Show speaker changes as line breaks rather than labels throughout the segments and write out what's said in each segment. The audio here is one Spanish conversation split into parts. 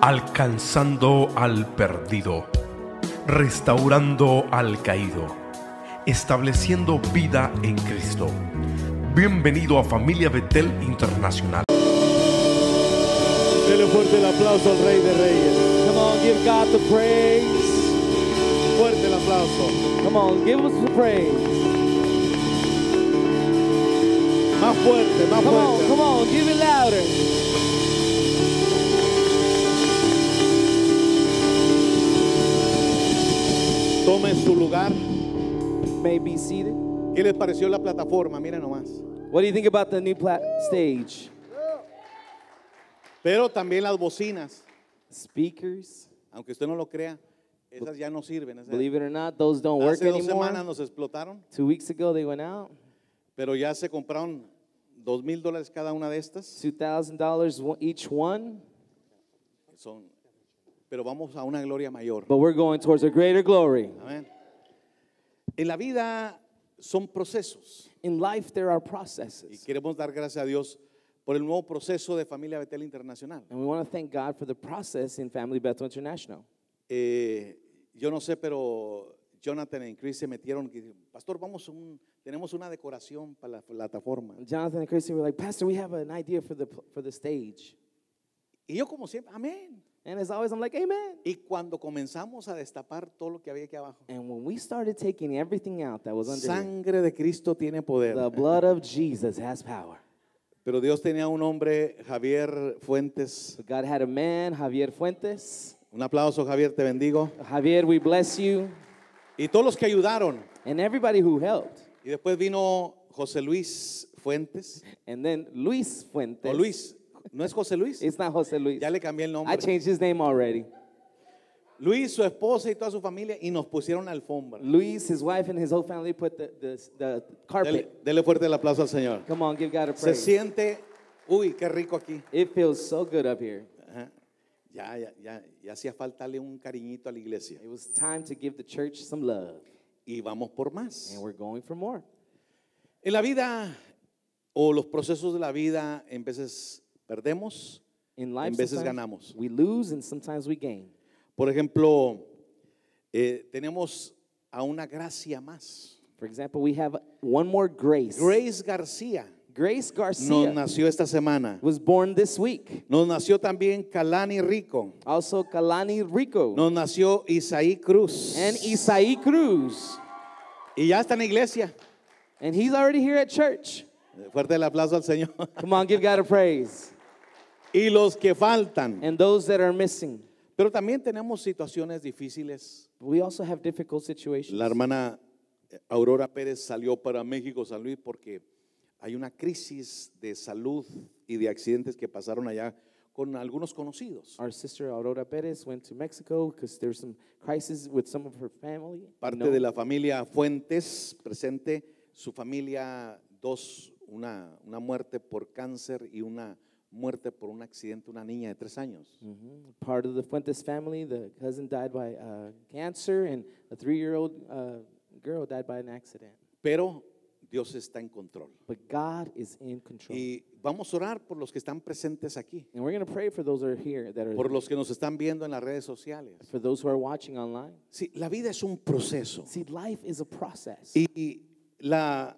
alcanzando al perdido, restaurando al caído, estableciendo vida en Cristo. Bienvenido a Familia Betel Internacional.
Dele fuerte el aplauso al Rey de Reyes.
Come on, give God the praise.
Fuerte el aplauso.
Come on, give us the praise.
Más fuerte, más
Come on,
fuerte.
come on, give it louder.
Tomen su lugar.
May be seated.
¿Qué les pareció la plataforma? Miren nomás.
What do you think about the new plat- stage?
Pero también las bocinas.
Speakers,
Aunque usted no lo crea, esas ya no sirven. Esas-
believe it or not, those don't work
Hace dos semanas
anymore.
nos explotaron,
Two weeks ago, they went out.
pero ya se compraron dos mil dólares cada una de estas.
Two thousand dollars each one,
Son, pero vamos a una gloria mayor.
but we're going towards a greater glory.
Amén. En la vida son procesos.
In life, there are
Y
processes,
queremos dar gracias a Dios por el nuevo proceso de Familia Betel Internacional.
and we want to thank God for the process in Family Bethel International.
Eh, yo no sé, pero Jonathan y Chris se metieron. que, Pastor, vamos, a un, tenemos una decoración para la plataforma.
Jonathan and Christy were like, Pastor, we have an idea for the for the stage,
Y yo como siempre, amén.
and as always, I'm like, Amen.
Y cuando comenzamos a destapar todo lo que había aquí abajo,
And when we started taking everything out that was under here,
sangre de Cristo tiene poder.
the blood of Jesus has power.
Pero Dios tenía un hombre, Javier Fuentes.
But God had a man, Javier Fuentes.
Un aplauso, Javier, te bendigo.
Javier, we bless you.
Y todos los que ayudaron.
And everybody who helped.
Y después vino José Luis Fuentes.
And then Luis Fuentes.
O Oh, Luis, ¿no es José Luis?
It's not Jose Luis.
Ya le cambié el
I
nombre.
changed his name already.
Luis, su esposa y toda su familia y nos pusieron alfombra.
Luis, his wife, and his whole family put the, the, the carpet.
Dele, dele fuerte el aplauso al Señor.
Come on, give God a
Se
praise.
siente, uy, qué rico aquí.
It feels so good up here.
Ajá. Ya, ya, ya, ya hacía faltarle un cariñito a la iglesia.
It was time to give the church some love.
Y vamos por más.
And we're going for more.
En la vida o los procesos de la vida, en veces perdemos,
In
en
life,
veces
sometimes
ganamos.
we lose and sometimes we gain.
Por ejemplo, eh, tenemos a una gracia más.
For example, we have one more grace.
Grace García
Grace
nos
Garcia
nació esta semana.
was born this week.
Nos nació también Calani Rico.
Also, Kalani Rico
Nos nació Isaí Cruz.
and Isai Cruz.
Y ya está en la iglesia.
And he's already here at church.
Fuerte el aplauso al Señor.
Come on, give God a praise.
Y los que faltan.
And those that are missing.
Pero también tenemos situaciones difíciles.
We also have difficult situations.
La hermana eh, Aurora Pérez salió para México, San Luis, porque hay una crisis de salud y de accidentes que pasaron allá con algunos conocidos.
Our sister Aurora Perez went to Mexico because there's some crisis with some of her family.
Parte
No.
de la familia Fuentes presente, su familia dos, una, una muerte por cáncer y una muerte por un accidente, una niña de tres años.
Mhm. Part of the Fuentes family, the cousin died by uh, cancer, and a three year old uh, girl died by an accident.
Pero Dios está en control.
But God is in control.
Y vamos a orar por los que están presentes aquí,
And we're going to pray for those that are here, that are
por los que nos están viendo en las redes sociales.
for those who are watching online.
Sí, la vida es un proceso.
See, life is a process.
Y la,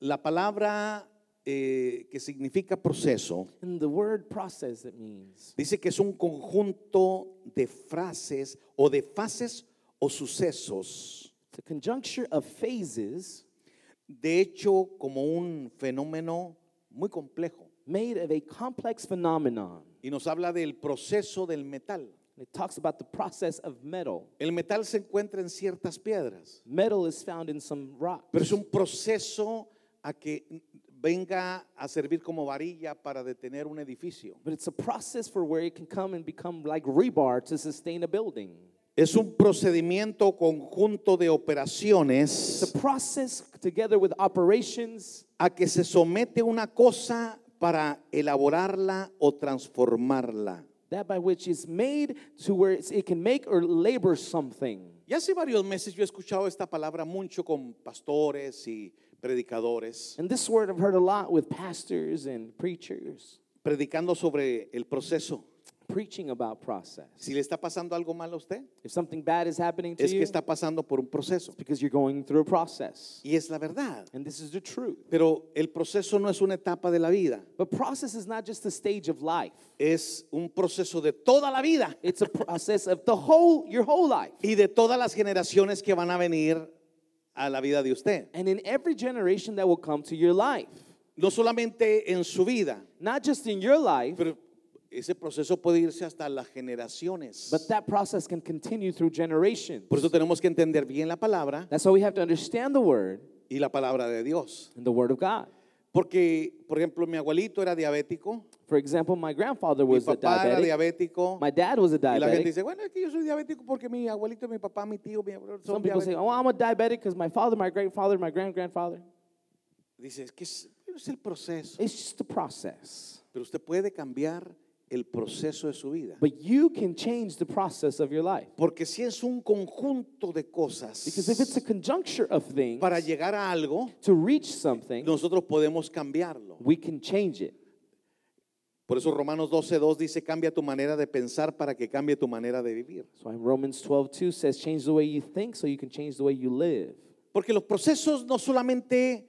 la palabra eh, que significa proceso
And the word process, it means
dice que es un conjunto de frases o de fases o sucesos,
the conjuncture of phases
de hecho como un fenómeno muy complejo.
made of a complex phenomenon.
Y nos habla del proceso del metal.
It talks about the process of metal.
El metal se encuentra en ciertas piedras,
Metal is found in some rocks,
pero es un proceso a que venga a servir como varilla para detener un edificio.
but it's a process for where it can come and become like rebar to sustain a building.
Es un procedimiento conjunto de
It's
operaciones
a process together with operations
a que se somete una cosa para elaborarla o transformarla.
that by which it's made to where it's, it can make or labor something.
Ya hace varios meses yo he escuchado esta palabra mucho con pastores y predicadores,
And this word I've heard a lot with pastors and preachers
predicando sobre el proceso.
preaching about process.
Si le está pasando algo mal a usted,
If something bad is happening to
es que
you, it's
está pasando por un proceso.
because you're going through a process.
Y es la verdad.
And this is the truth.
Pero el proceso no es una etapa de la vida,
But process is not just a stage of life.
es un proceso de toda la vida
It's a process of the whole your whole life.
y de todas las generaciones que van a venir a la vida de usted.
And in every generation that will come to your life.
No solamente en su vida,
Not just in your life,
pero ese proceso puede irse hasta las generaciones.
but that process can continue through generations.
Por eso tenemos que entender bien la palabra
That's why we have to understand the word
y la palabra de Dios.
and the word of God.
Porque, por ejemplo, mi abuelito era diabético,
For example, my grandfather
mi
was a
papá era
diabetic.
diabético.
My dad was a
Y la gente
diabetic.
dice, bueno, es que yo soy diabético porque mi abuelito, mi papá, mi tío, mi abuelo son
Some people say,
diabéticos".
"Oh, I'm a diabetic because my father, my great father, my grand grandfather."
Dice, es que es, es el proceso.
It's just a process.
Pero usted puede cambiar el proceso de su vida.
But you can change the process of your life
Porque si es un conjunto de
because if it's a
cosas
conjuncture of things
para llegar a algo,
to reach something,
nosotros podemos cambiarlo.
we can change it.
Por eso Romanos 12.2 dice, cambia tu manera de pensar para que cambie tu manera de vivir.
So in Romans 12:2 says, "Change the way you think, so you can change the way you live."
Porque los procesos no solamente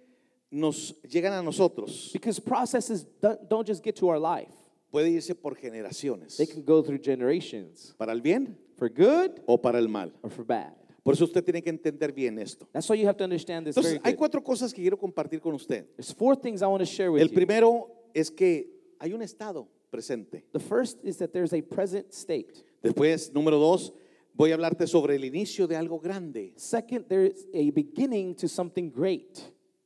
nos llegan a nosotros,
Because processes don't don't just get to our life;
puede irse por generaciones,
they can go through generations,
para el bien
for good
o para el mal.
or for bad.
Por eso usted tiene que entender bien esto.
That's why you have to understand this.
Entonces, hay
very good.
cuatro cosas que quiero compartir con usted.
There's four things I want to share with
El
you.
primero es que hay un estado presente.
The first is that there's a present state.
Después, número dos, voy a hablarte sobre el inicio de algo grande.
Second, there's a beginning to something great.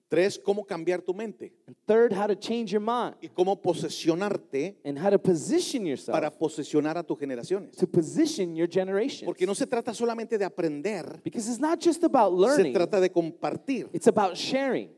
Tres, cómo cambiar tu mente
And third, how to change your mind
y cómo posesionarte
and how to position yourself
para posesionar a tus generaciones.
to position your generation.
Porque no se trata solamente de aprender,
Because it's not just about
se
learning,
trata de compartir.
it's about sharing.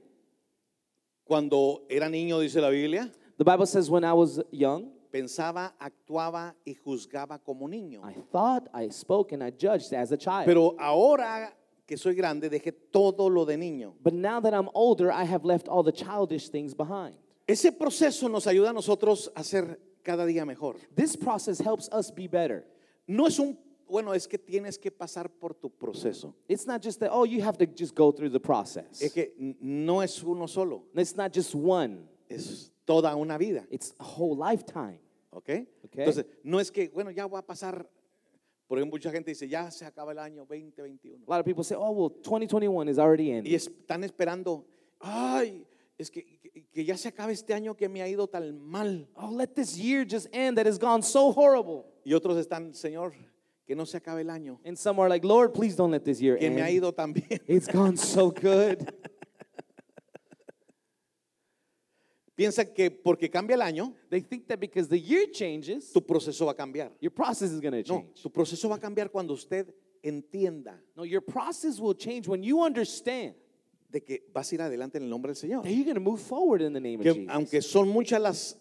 Cuando era niño, dice la Biblia,
The Bible says, when I was young,
pensaba, actuaba y juzgaba como niño.
I thought, I spoke, and I judged as a child.
Pero ahora que soy grande, dejé todo lo de niño.
but now that I'm older, I have left all the childish things behind.
Ese proceso nos ayuda a nosotros a ser cada día mejor.
This process helps us be better.
No es un, bueno, es que tienes que pasar por tu proceso.
It's not just that, oh, you have to just go through the process.
Es que n- no es uno solo,
And it's not just one,
es toda una vida.
it's a whole lifetime.
¿Ok?
Ok.
Entonces, no es que, bueno, ya voy a pasar. Por ejemplo, mucha gente dice, ya se acaba el año 2021.
A lot of people say, oh, well, 2021 is
Y
already ending.
están esperando, ay, es que, que- que ya se acabe este año que me ha ido tan mal.
Oh, let this year just end that has gone so horrible.
Y otros están, Señor, que no se acabe el año,
And some are like, Lord, please don't let this year
que me ha
end.
ido tan bien.
It's gone so good.
Piensa que porque cambia el año,
they think that because the year changes,
tu proceso va a cambiar.
your process is going to
No,
change.
su proceso va a cambiar cuando usted entienda
No, your process will change when you understand
de que vas a ir adelante en el nombre del Señor.
that you're going to move forward in the name of
Que
Jesus.
aunque son muchas las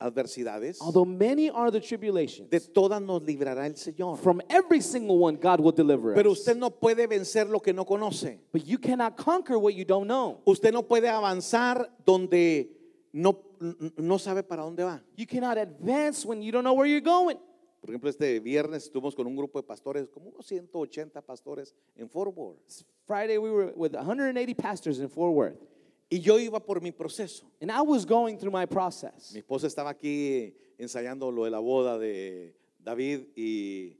adversidades,
Although many are the tribulations,
de todas nos librará el Señor.
from every single one, God will deliver
Pero
us.
usted no puede vencer lo que no conoce.
But you cannot conquer what you don't know.
Usted no puede avanzar donde no, n- no sabe para dónde va.
You cannot advance when you don't know where you're going.
Por ejemplo, este viernes estuvimos con un grupo de pastores, como unos 180 pastores en Fort Worth.
Friday, we were with 180 pastors in Fort Worth,
Y yo iba por mi proceso.
and I was going through my process.
Mi esposa estaba aquí ensayando lo de la boda de David y,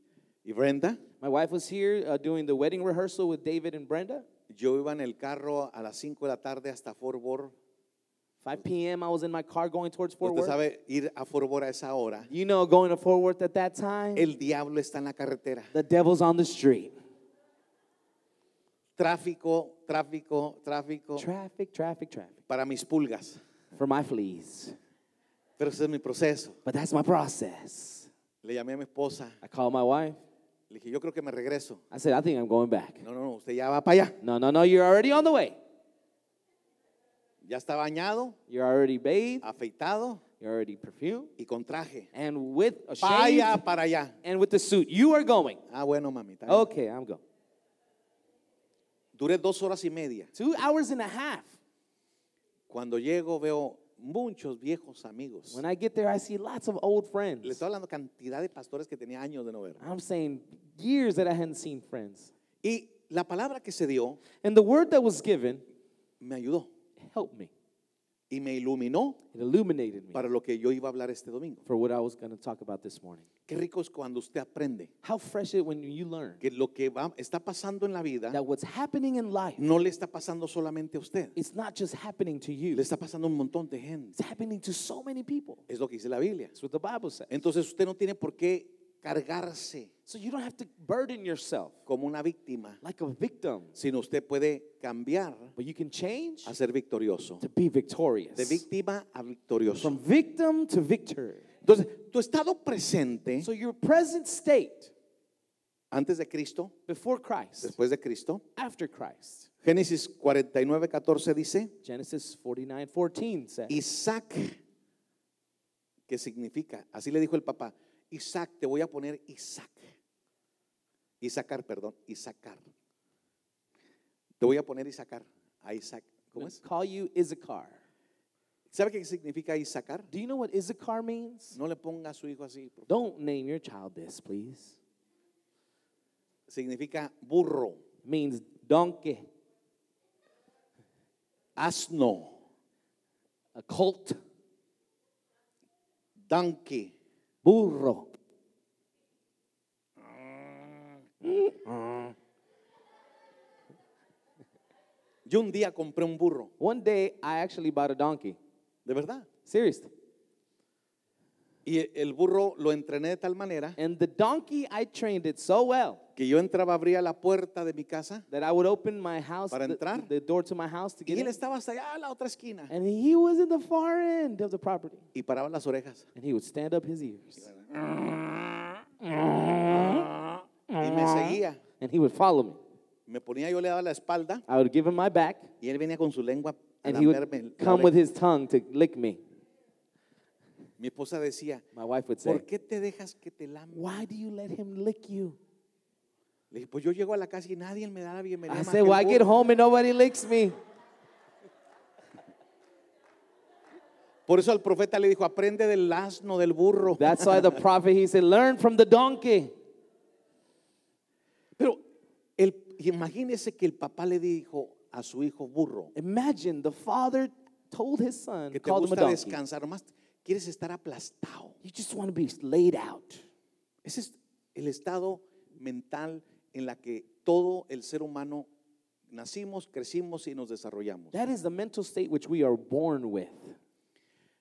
y Brenda.
My wife was here uh, doing the wedding rehearsal with David and Brenda.
Yo iba en el carro a las 5 de la tarde hasta Fort Worth.
5 p.m., I was in my car going towards Fort
Usted
Worth.
sabe, ir a Fort Worth a esa hora,
You know, going to Fort Worth at that time,
el diablo está en la carretera.
the devil's on the street.
Tráfico, tráfico, tráfico
Traffic, traffic, traffic.
para mis pulgas.
For my fleas.
Pero ese es mi proceso.
But that's my process.
Le llamé a mi esposa.
I called my wife.
Le dije, yo creo que me regreso.
I said, I think I'm going back.
No, no, no, usted ya va para allá.
No, no, no, you're already on the way.
Ya está bañado,
You're already bathed.
afeitado
You're already perfumed.
y con traje.
And with a shave
Vaya para allá.
and with the suit, you are going.
Ah, bueno, mamita.
Okay, I'm going.
Duré dos horas y media.
Two hours and a half.
Cuando llego veo muchos viejos amigos.
When I get there, I see lots of old
Le
friends.
estoy hablando cantidad de pastores que tenía años de no ver.
I'm saying years that I hadn't seen friends.
Y la palabra que se dio
And the word that was given
me ayudó
helped me.
y me iluminó
It illuminated me
para lo que yo iba a hablar este domingo.
for what I was going to talk about this morning.
Qué rico es cuando usted aprende
How fresh it when you learn
que lo que va- está pasando en la vida
that what's happening in life,
no le está pasando solamente a usted,
it's not just happening to
le
you.
está pasando a un montón de gente.
It's happening to so many people.
Es lo que dice la Biblia.
That's what the Bible says.
Entonces usted no tiene por qué cargarse
So you don't have to burden yourself
como una víctima,
like a victim,
sino usted puede cambiar
but you can change
a ser victorioso.
to be victorious.
De víctima a victorioso.
From victim to victor.
Entonces, tu estado presente
So your present state
antes de Cristo,
before Christ,
después de Cristo,
after Christ.
Génesis 49, 14 dice,
Genesis 49 14 says,
Isaac, que significa, así le dijo el papá, Isaac, te voy a poner Isaac. Isaacar, perdón, Isaacar. Te voy a poner Isaacar, a Isaac.
"I'm
¿Cómo
gonna
es?
Call you Issachar.
¿Sabe qué significa Isaacar?
Do you know what Issachar means?
No le ponga a su hijo así. por favor.
Don't name your child this, please.
Significa burro,
It means donkey,
asno,
a colt,
donkey.
burro.
Yo un día compré un burro,
One day I actually bought a donkey.
de verdad.
Seriously.
Y e- el burro lo entrené de tal manera
And the donkey I trained it so well
que yo entraba, abría la puerta de mi casa
that I would open my house,
Para
the,
entrar.
the door to my house to get
y él
in.
estaba hasta allá a la otra esquina
And he was in the far end of the property.
y paraba las orejas
And he would stand up his ears.
y me
Ah.
seguía.
And he would follow me.
Me ponía, yo le daba la espalda
I would give him my back.
y él venía con su lengua a
And he
lamberme
would
la
come with
oreja.
his tongue to lick me.
Mi esposa decía,
My wife would say,
¿por qué te dejas que te lame?
Why do you let him lick you?
Le dije, pues yo llego a la casa y nadie me da la bienvenida.
I
más
said,
que el
Well, I get
burro".
home and nobody licks me.
Por eso al profeta le dijo, aprende del asno, del burro.
That's why the prophet, he said, Learn from the donkey.
Pero el, imagínese que el papá le dijo a su hijo burro,
Imagine the father told his son,
que te
called him a
gusta
donkey.
descansar, más quieres estar aplastado.
You just want to be laid out.
Ese es el estado mental en la que todo el ser humano nacimos, crecimos y nos desarrollamos.
That is the mental state which we are born with.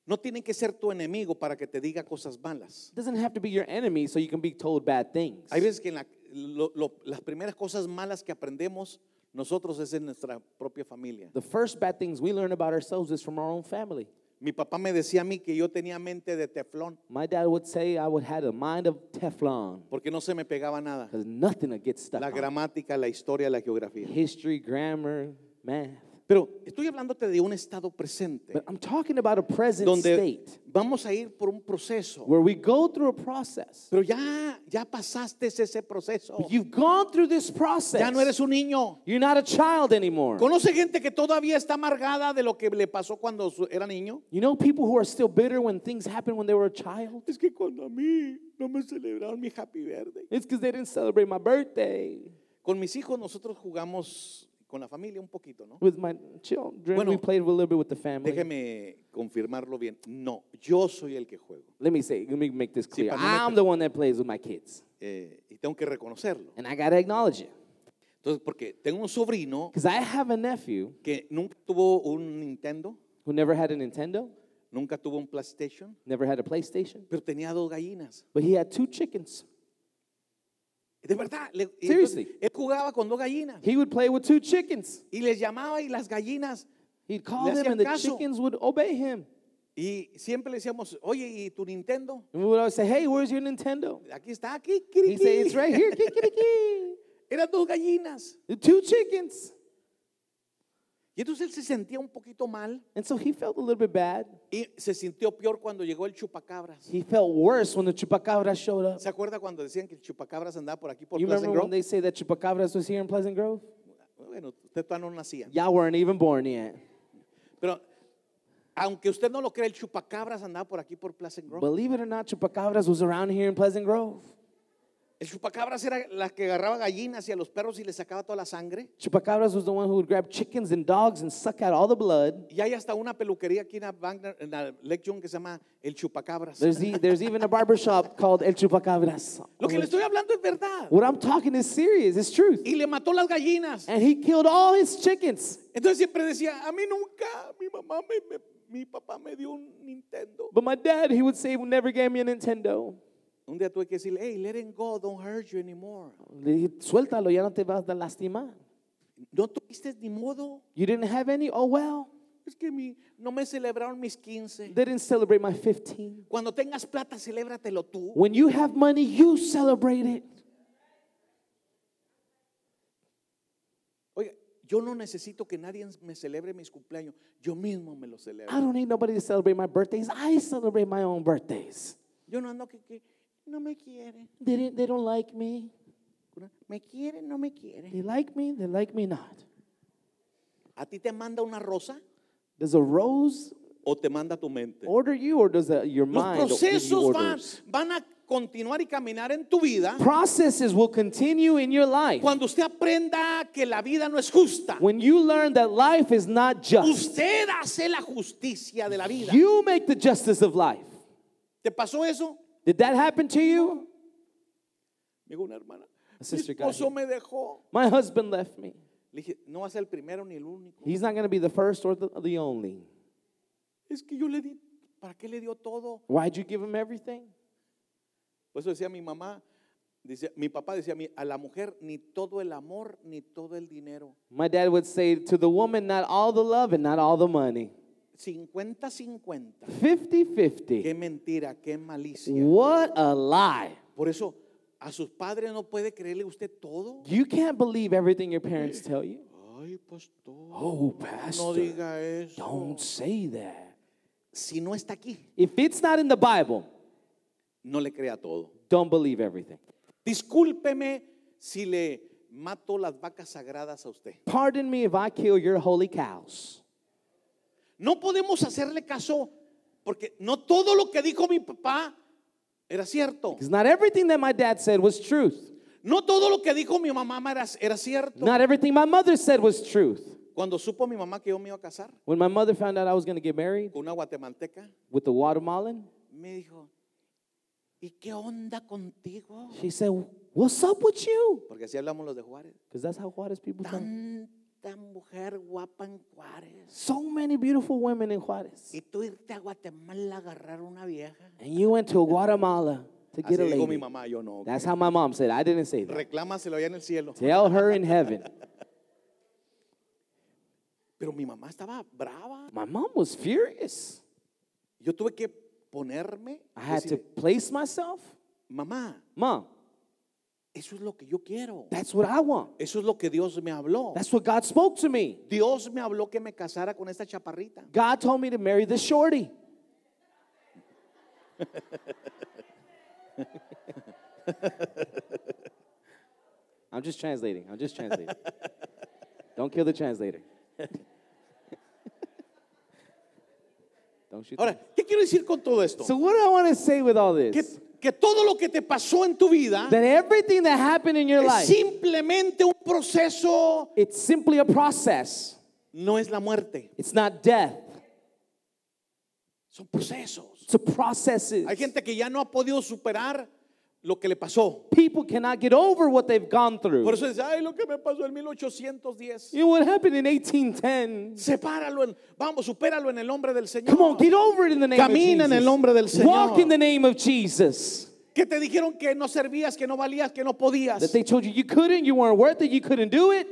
No tiene que ser tu enemigo para que te diga cosas malas.
It doesn't have to be your enemy so you can be told bad things.
Hay veces que en la- lo- lo- las primeras cosas malas que aprendemos nosotros es en nuestra propia familia.
The first bad things we learn about ourselves is from our own family.
Mi papá me decía a mí que yo tenía mente de teflón
My dad would say I would had a mind of Teflon
porque no se me pegaba nada.
because nothing would get stuck.
La
on.
gramática, la historia, la geografía.
History, grammar, math.
Pero estoy hablándote de un estado presente
But I'm talking about a present
donde
state
vamos a ir por un proceso.
where we go through a process.
Pero ya, ya pasaste ese proceso.
But you've gone through this process.
Ya no eres un niño.
You're not a child anymore.
Conoce gente que todavía está amargada de lo que le pasó cuando su- era niño.
You know people who are still bitter when things happen when they were a child?
Es que cuando a mí no me celebraron mi happy verde.
It's because they didn't celebrate my birthday.
Con mis hijos nosotros jugamos con la familia un poquito, ¿no?
With my children, we
Bueno,
played a little bit with the family.
Déjeme confirmarlo bien. No, yo soy el que juego
Let me say, let me make this clear.
para mí no
I'm
te-
the one that plays with my kids,
eh, y tengo que reconocerlo.
and I gotta acknowledge it
Entonces, porque tengo un sobrino
because I have a nephew
que nunca tuvo un Nintendo,
who never had a Nintendo,
nunca tuvo un PlayStation,
never had a PlayStation,
pero tenía dos gallinas.
but he had two chickens.
De verdad, le- y
Seriously.
entonces, él jugaba con dos gallinas.
He would play with two chickens.
y les llamaba y las gallinas.
He'd call
Le
them,
hacían
and the
caso.
chickens would obey him.
Y siempre le decíamos, oye, ¿y tu Nintendo?
And we would always say, "Hey, where's your Nintendo?"
Aquí está, aquí,
He'd say, "It's right here." kikiriki."
Eran dos gallinas.
The two chickens,
Y entonces él se sentía un poquito mal
and so he felt a little bit bad.
y se sintió peor cuando llegó el chupacabras.
He felt worse when the chupacabra showed up.
¿Se acuerda cuando decían que el chupacabras andaba por aquí por
You
Pleasant
remember
Grove?
when they say that chupacabras was here in Pleasant Grove?
Bueno, usted todavía no nacía.
Y'all weren't even born yet.
Pero Aunque usted no lo crea, el chupacabras andaba por aquí por Pleasant Grove.
Believe it or not, Chupacabras was around here in Pleasant Grove.
El chupacabras era la que agarraba gallinas y a los perros y les sacaba toda la sangre.
Chupacabras was the one who would grab chickens and dogs and suck out all the blood.
Y hay hasta una peluquería aquí en, la Wagner- en la Lake John que se llama El Chupacabras.
There's, e- there's even a barber shop called El Chupacabras.
Lo que le estoy hablando es verdad.
What I'm talking is serious, it's truth.
Y le mató las gallinas.
And he killed all his chickens.
Entonces siempre decía, a mí nunca, mi mamá, me- me- mi papá me dio un Nintendo.
But my dad, he would say, never gave me a Nintendo.
Un día tuve que decirle, hey, let it go, don't hurt you anymore.
Le dije, suéltalo, ya no te vas a lastimar.
No tuviste ni modo.
You didn't have any? Oh, well.
Es que mi, no me celebraron mis 15.
They didn't celebrate my 15.
Cuando tengas plata, celébratelo tú.
When you have money, you celebrate it.
Oiga, yo no necesito que nadie me celebre mis cumpleaños. Yo mismo me los celebro.
I don't need nobody to celebrate my birthdays. I celebrate my own birthdays.
Yo no ando que, que no me quiere.
They, didn't, they don't like me.
Me quiere, no me quiere.
They like me, they like me not.
¿A ti te manda una rosa
Does a rose
o te manda tu mente?
order you or does a, your
Los
mind give you
procesos van,
orders?
van a continuar y caminar en tu vida
Processes will continue in your life.
cuando usted aprenda que la vida no es justa.
When you learn that life is not just,
Usted hace la justicia de la vida.
you make the justice of life.
¿Te pasó eso?
Did that happen to you?
Me dijo una hermana.
A
Mi
sister got
esposo me
here.
dejó.
My husband left me.
Le dije, no va a ser el primero ni el único.
He's not going to be the first or the, the only.
Es que yo le di, ¿para qué le dio todo?
Why'd you give him everything?
Por eso decía mi mamá, dice, mi papá decía a mí, a la mujer ni todo el amor ni todo el dinero.
My dad would say to the woman, not all the love and not all the money.
50-50.
50 50.
Qué mentira, qué malicia.
What a lie.
Por eso, a sus padres no puede creerle usted todo.
You can't believe everything your parents tell you.
Ay, pastor,
Oh,
no
Pastor,
diga eso.
don't say that.
Si no está aquí,
If it's not in the Bible,
no le crea todo.
don't believe everything.
Discúlpeme si le mato las vacas sagradas a usted.
Pardon me if I kill your holy cows.
No podemos hacerle caso porque no todo lo que dijo mi papá era cierto.
Because not everything that my dad said was truth.
No todo lo que dijo mi mamá era, era cierto.
Not everything my mother said was truth.
Cuando supo mi mamá que yo me iba a casar
When my mother found out I was going to get married
con una guatemalteca,
with the Guatemalan,
me dijo, ¿y qué onda contigo?
she said, What's up with you?
Porque así hablamos los de Juárez.
Because that's how Juarez people talk.
Tanta mujer guapa en Juárez.
So many beautiful women in Juarez.
Y tú irte a Guatemala a agarrar una vieja.
And you went to Guatemala to
Así
get a
dijo mi
lady.
mamá, yo no.
That's how my mom said. it. I didn't say that.
Reclámaselo allá en el cielo.
Tell her in heaven.
Pero mi mamá estaba brava.
My mom was furious.
Yo tuve que ponerme.
I had to
decir,
place myself.
Mamá,
Mom,
eso es lo que yo quiero.
that's what I want.
Eso es lo que Dios me habló.
That's what God spoke to me.
Dios me habló que me casara con esta chaparrita.
God told me to marry this shorty. I'm just translating. I'm just translating. Don't kill the translator. Don't shoot. the-
Ahora, ¿qué quiero decir con todo esto?
So what do I want to say with all
Que,
this?
que todo lo que te pasó en tu vida
That everything that happened in your
es
life,
simplemente un proceso,
it's simply a process.
no es la muerte,
It's not death.
son procesos.
It's a process.
Hay gente que ya no ha podido superar lo que le pasó.
People cannot get over what they've gone
Por
through.
eso dice, ay, lo que me pasó en 1810.
You know what happened in 1810?
Sepáralo, en- vamos, supéralo en el nombre del Señor.
Come on, get over it in the name
Camina
of Jesus.
en el nombre del Señor.
Walk in the name of Jesus.
Que te dijeron que no servías, que no valías, que no podías.
That they told you you couldn't, you weren't worth it, you couldn't do it.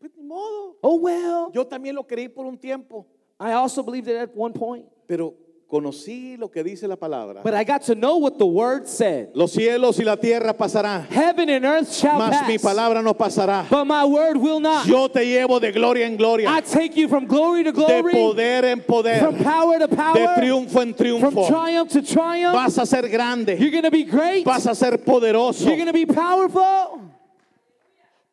Pues, ni modo.
Oh well.
Yo también lo creí por un tiempo,
I also believed it at one point.
pero conocí lo que dice la palabra.
But I got to know what the word said.
Los cielos y la tierra pasarán,
Heaven and earth shall
mas
pass.
mi palabra no pasará.
But my word will not.
Yo te llevo de gloria en
I
gloria,
take you from glory to
de
glory,
poder en poder,
from power to power,
de triunfo en
from
triunfo.
triumph to triumph.
Vas a ser
You're
grande,
going to be great.
vas a ser poderoso.
You're going to be powerful.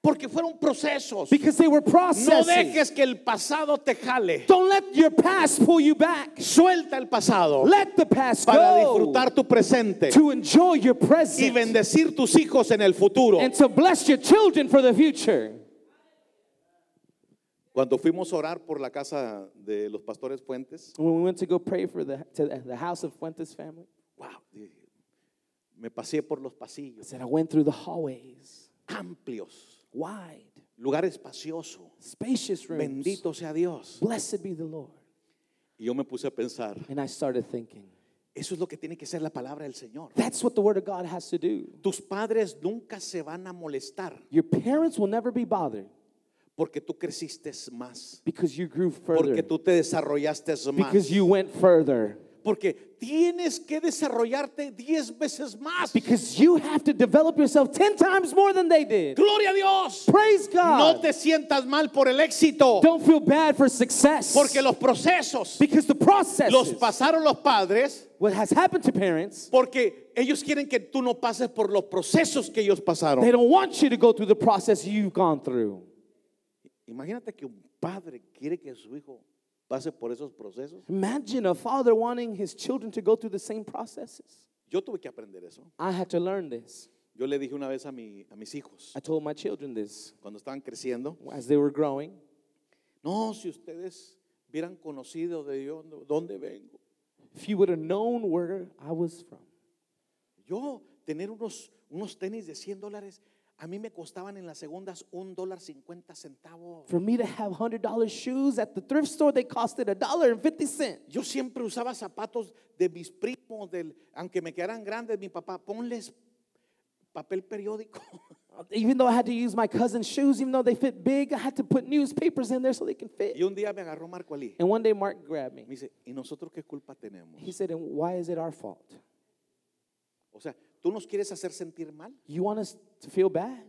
Porque fueron procesos.
because they were
No
processing.
dejes que el pasado te jale.
Don't let your past pull you back.
Suelta el pasado
Let the past
para
go
disfrutar tu presente
to enjoy your
y
present
bendecir tus hijos en el futuro.
and to bless your children for the future.
Cuando fuimos a orar por la casa de los pastores Fuentes,
When we went to go pray for the, to the- the house of Fuentes family,
wow, dije, me pasé por los
I
pasillos
said, I went through the hallways,
amplios,
wide,
lugar espacioso.
spacious rooms.
Bendito sea Dios.
Blessed be the Lord.
Y yo me puse a pensar,
And I started thinking,
eso es lo que tiene que ser la palabra del Señor.
that's what the Word of God has to do.
Tus padres nunca se van a molestar
Your parents will never be bothered
porque tú creciste más,
because you grew further,
porque tú te desarrollaste más,
because you went further,
porque tienes que desarrollarte diez veces más.
because you have to develop yourself 10 times more than they did.
Gloria a Dios.
Praise God.
No te sientas mal por el éxito,
Don't feel bad for success.
porque los procesos
because the process
los pasaron los padres,
what has happened to parents,
porque ellos quieren que tú no pases por los procesos que ellos pasaron.
they don't want you to go through the process you've gone through.
Imagínate que un padre quiere que su hijo pase por esos procesos.
Imagine a father wanting his children to go through the same processes.
Yo tuve que aprender eso.
I had to learn this.
Yo le dije una vez a, mi, a mis hijos,
I told my children this
cuando estaban creciendo,
as they were growing.
no, si ustedes hubieran conocido de yo dónde vengo.
If you would have known where I was from,
Yo tener unos, unos tenis de 100 dólares, a mí me costaban en las segundas un dólar 50 centavos.
for me to have $100 shoes at the thrift store, they costed $1.50.
Yo siempre usaba zapatos de mis primos, del, aunque me quedaran grandes, mi papá, ponles papel periódico.
Even though I had to use my cousin's shoes, even though they fit big, I had to put newspapers in there so they can fit.
Y un día me agarró Marco Ali.
And one day Mark grabbed me.
Me dice, ¿y nosotros qué culpa tenemos?
He said, And why is it our fault?
O sea, ¿tú nos quieres hacer sentir mal?
You want us to feel bad?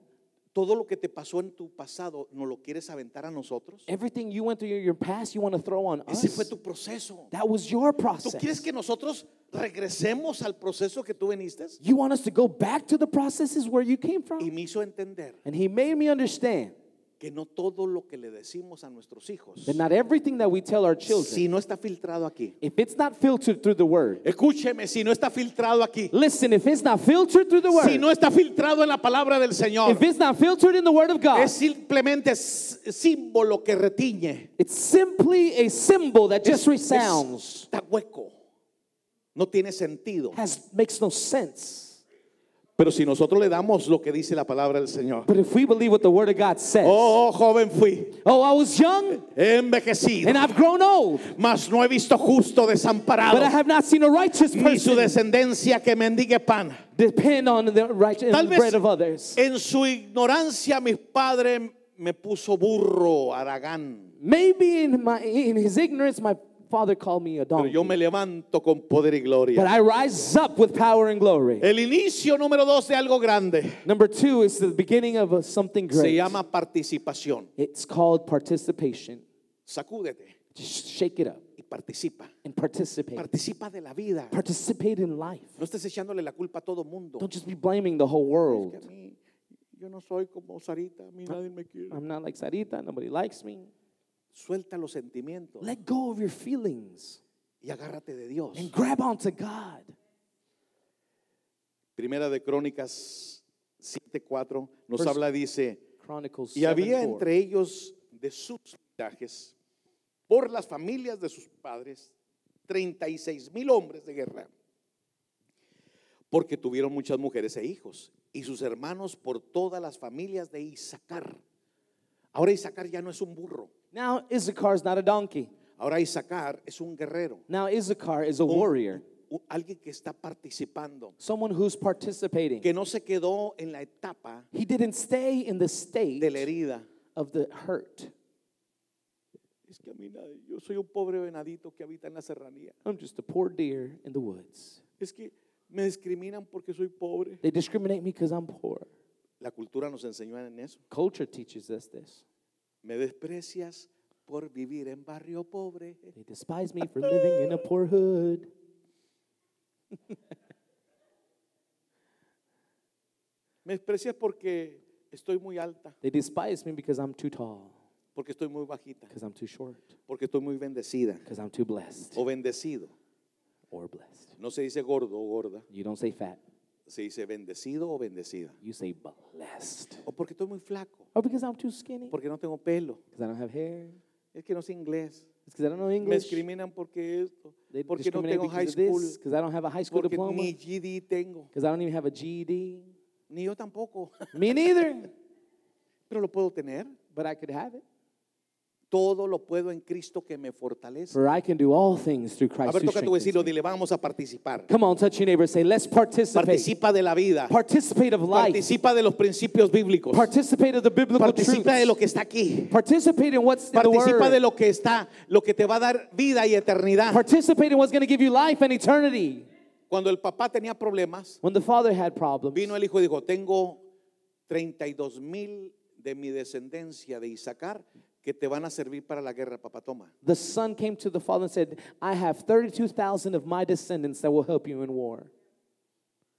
Todo lo que te pasó en tu pasado, ¿no lo quieres aventar a nosotros?
Everything you went through in your past, you want to throw on us?
Ese fue tu proceso.
That was your
¿Tú quieres
process.
que nosotros regresemos al proceso que tú viniste?
You want us to go back to the processes where you came
Y
from?
me hizo entender
And he made me understand
que no todo lo que le decimos a nuestros hijos,
that not everything that we tell our children,
si no está filtrado aquí,
if it's not filtered through the word,
escúcheme, si no está filtrado aquí,
listen, if it's not filtered through the
si no
word,
está filtrado en la palabra del Señor,
if it's not filtered in the word of God,
es simplemente s- símbolo que retiñe.
it's simply a symbol that
Es-
just
es-
resounds,
Está hueco. No tiene sentido.
has, makes no sense.
Pero si nosotros le damos lo que dice la palabra del Señor.
But if we believe what the word of God says,
Oh, oh, joven fui,
oh I was young
he envejecido,
and I've grown old.
mas no he visto justo desamparado,
But I have not seen a righteous
ni su
person
descendencia que mendigue pan.
depend on the righteous
Tal
and the bread
vez
of others.
en su ignorancia mis padres me puso burro, aragán.
Maybe in my in his ignorance, my father called me a
Pero
donkey.
yo me levanto con poder y
But
gloria.
I rise up with power and glory.
El inicio número dos de algo grande
Number two is the beginning of a, something
se
great.
llama participación.
It's called participation.
Sacúdete
Just shake it up
y participa.
and participate.
Participa de la vida.
Participate in life.
No estés echándole la culpa a todo mundo.
Don't just be blaming the whole
Que a
world.
mí, yo no soy como Sarita, a mí nadie me quiere.
I'm not like Sarita. Nobody likes me.
Suelta los sentimientos
Let go of your feelings
y agárrate de Dios.
and grab onto God.
Primera de Crónicas 7:4 nos
First-
habla dice,
Chronicles.
y había
7:4.
entre ellos de sus viajes por las familias de sus padres 36 mil hombres de guerra, porque tuvieron muchas mujeres e hijos, y sus hermanos por todas las familias de Isaacar. Ahora Isaacar ya no es un burro,
Now Issachar is not a donkey.
ahora Isaacar es un guerrero.
Now Issachar is a
un-
warrior,
u- alguien que está participando,
someone who's participating.
que no se quedó en la etapa
He didn't stay in
de la
the state
herida.
of the hurt.
Es que a mí nadie- yo soy un pobre venadito que habita en la serranía.
I'm just a poor deer in the woods.
Es que me discriminan porque soy pobre.
They discriminate me because I'm poor.
La cultura nos enseñó en eso.
Culture teaches us this.
Me desprecias por vivir en barrio pobre.
They despise me for living in a poor hood.
Me desprecias porque Estoy muy alta
They despise me because I'm too tall,
porque estoy muy bajita,
because I'm too short,
porque estoy muy bendecida
because I'm too blessed
o bendecido.
or blessed.
No se dice gordo o gorda,
You don't say fat,
se dice bendecido o bendecida.
you say blessed.
O porque estoy muy flaco,
Or because I'm too skinny,
porque no tengo pelo,
because I don't have hair,
es que no sé inglés.
it's because I don't know
Me
English.
discriminan porque esto,
They
porque no
discriminate
tengo high
because of
school,
this, because I don't have a high school
porque
diploma,
ni GD tengo,
because I don't even have a GED.
ni yo tampoco,
Me neither,
pero lo puedo tener.
but I could have it.
Todo lo puedo en Cristo que me fortalece.
For I can do all things through
A
Christ.
ver,
who
toca a tu
strengthens
vecino,
me.
dile, vamos a participar.
Come on, touch your neighbor. Say, let's participate.
Participa de la vida.
Participate of life.
Participa de los principios bíblicos.
Participate of the biblical truth.
Participa de lo que está aquí.
Participate in what's in the
Participa de
word.
lo que está, lo que te va a dar vida y eternidad.
Participate in what's going to give you life and eternity.
Cuando el papá tenía problemas,
When the father had problems,
vino el hijo y dijo, tengo 32 mil de mi descendencia de Isaacar que te van a servir para la guerra, papá, toma.
the son came to the father and said, I have 32,000 of my descendants that will help you in war.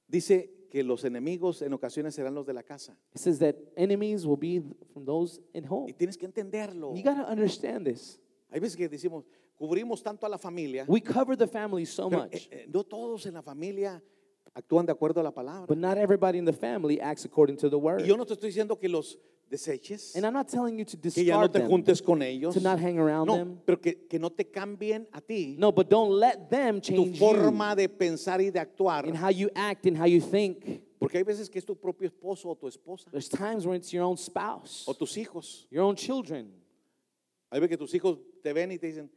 Dice que los enemigos en ocasiones serán los de la casa.
It says that enemies will be from those in home.
Y tienes que entenderlo.
You got to understand this.
Hay veces que decimos, cubrimos tanto a la familia.
We cover the family so
pero,
much,
eh, eh, no todos en la familia actúan de acuerdo a la palabra.
but not everybody in the family acts according to the
Y
word.
eh, yo no te estoy diciendo que los deseches,
And I'm not telling you to
que ya no
discard
te
them.
juntes con ellos.
to not hang around
no,
them.
pero que, que no te cambien a ti
No, but don't let them
tu
change you
forma de pensar y de actuar.
in how you act and how you think.
Porque hay veces que es tu propio esposo o tu esposa
There's times when it's your own spouse,
o tus hijos.
your own children.
Hay veces que tus hijos te ven y te dicen,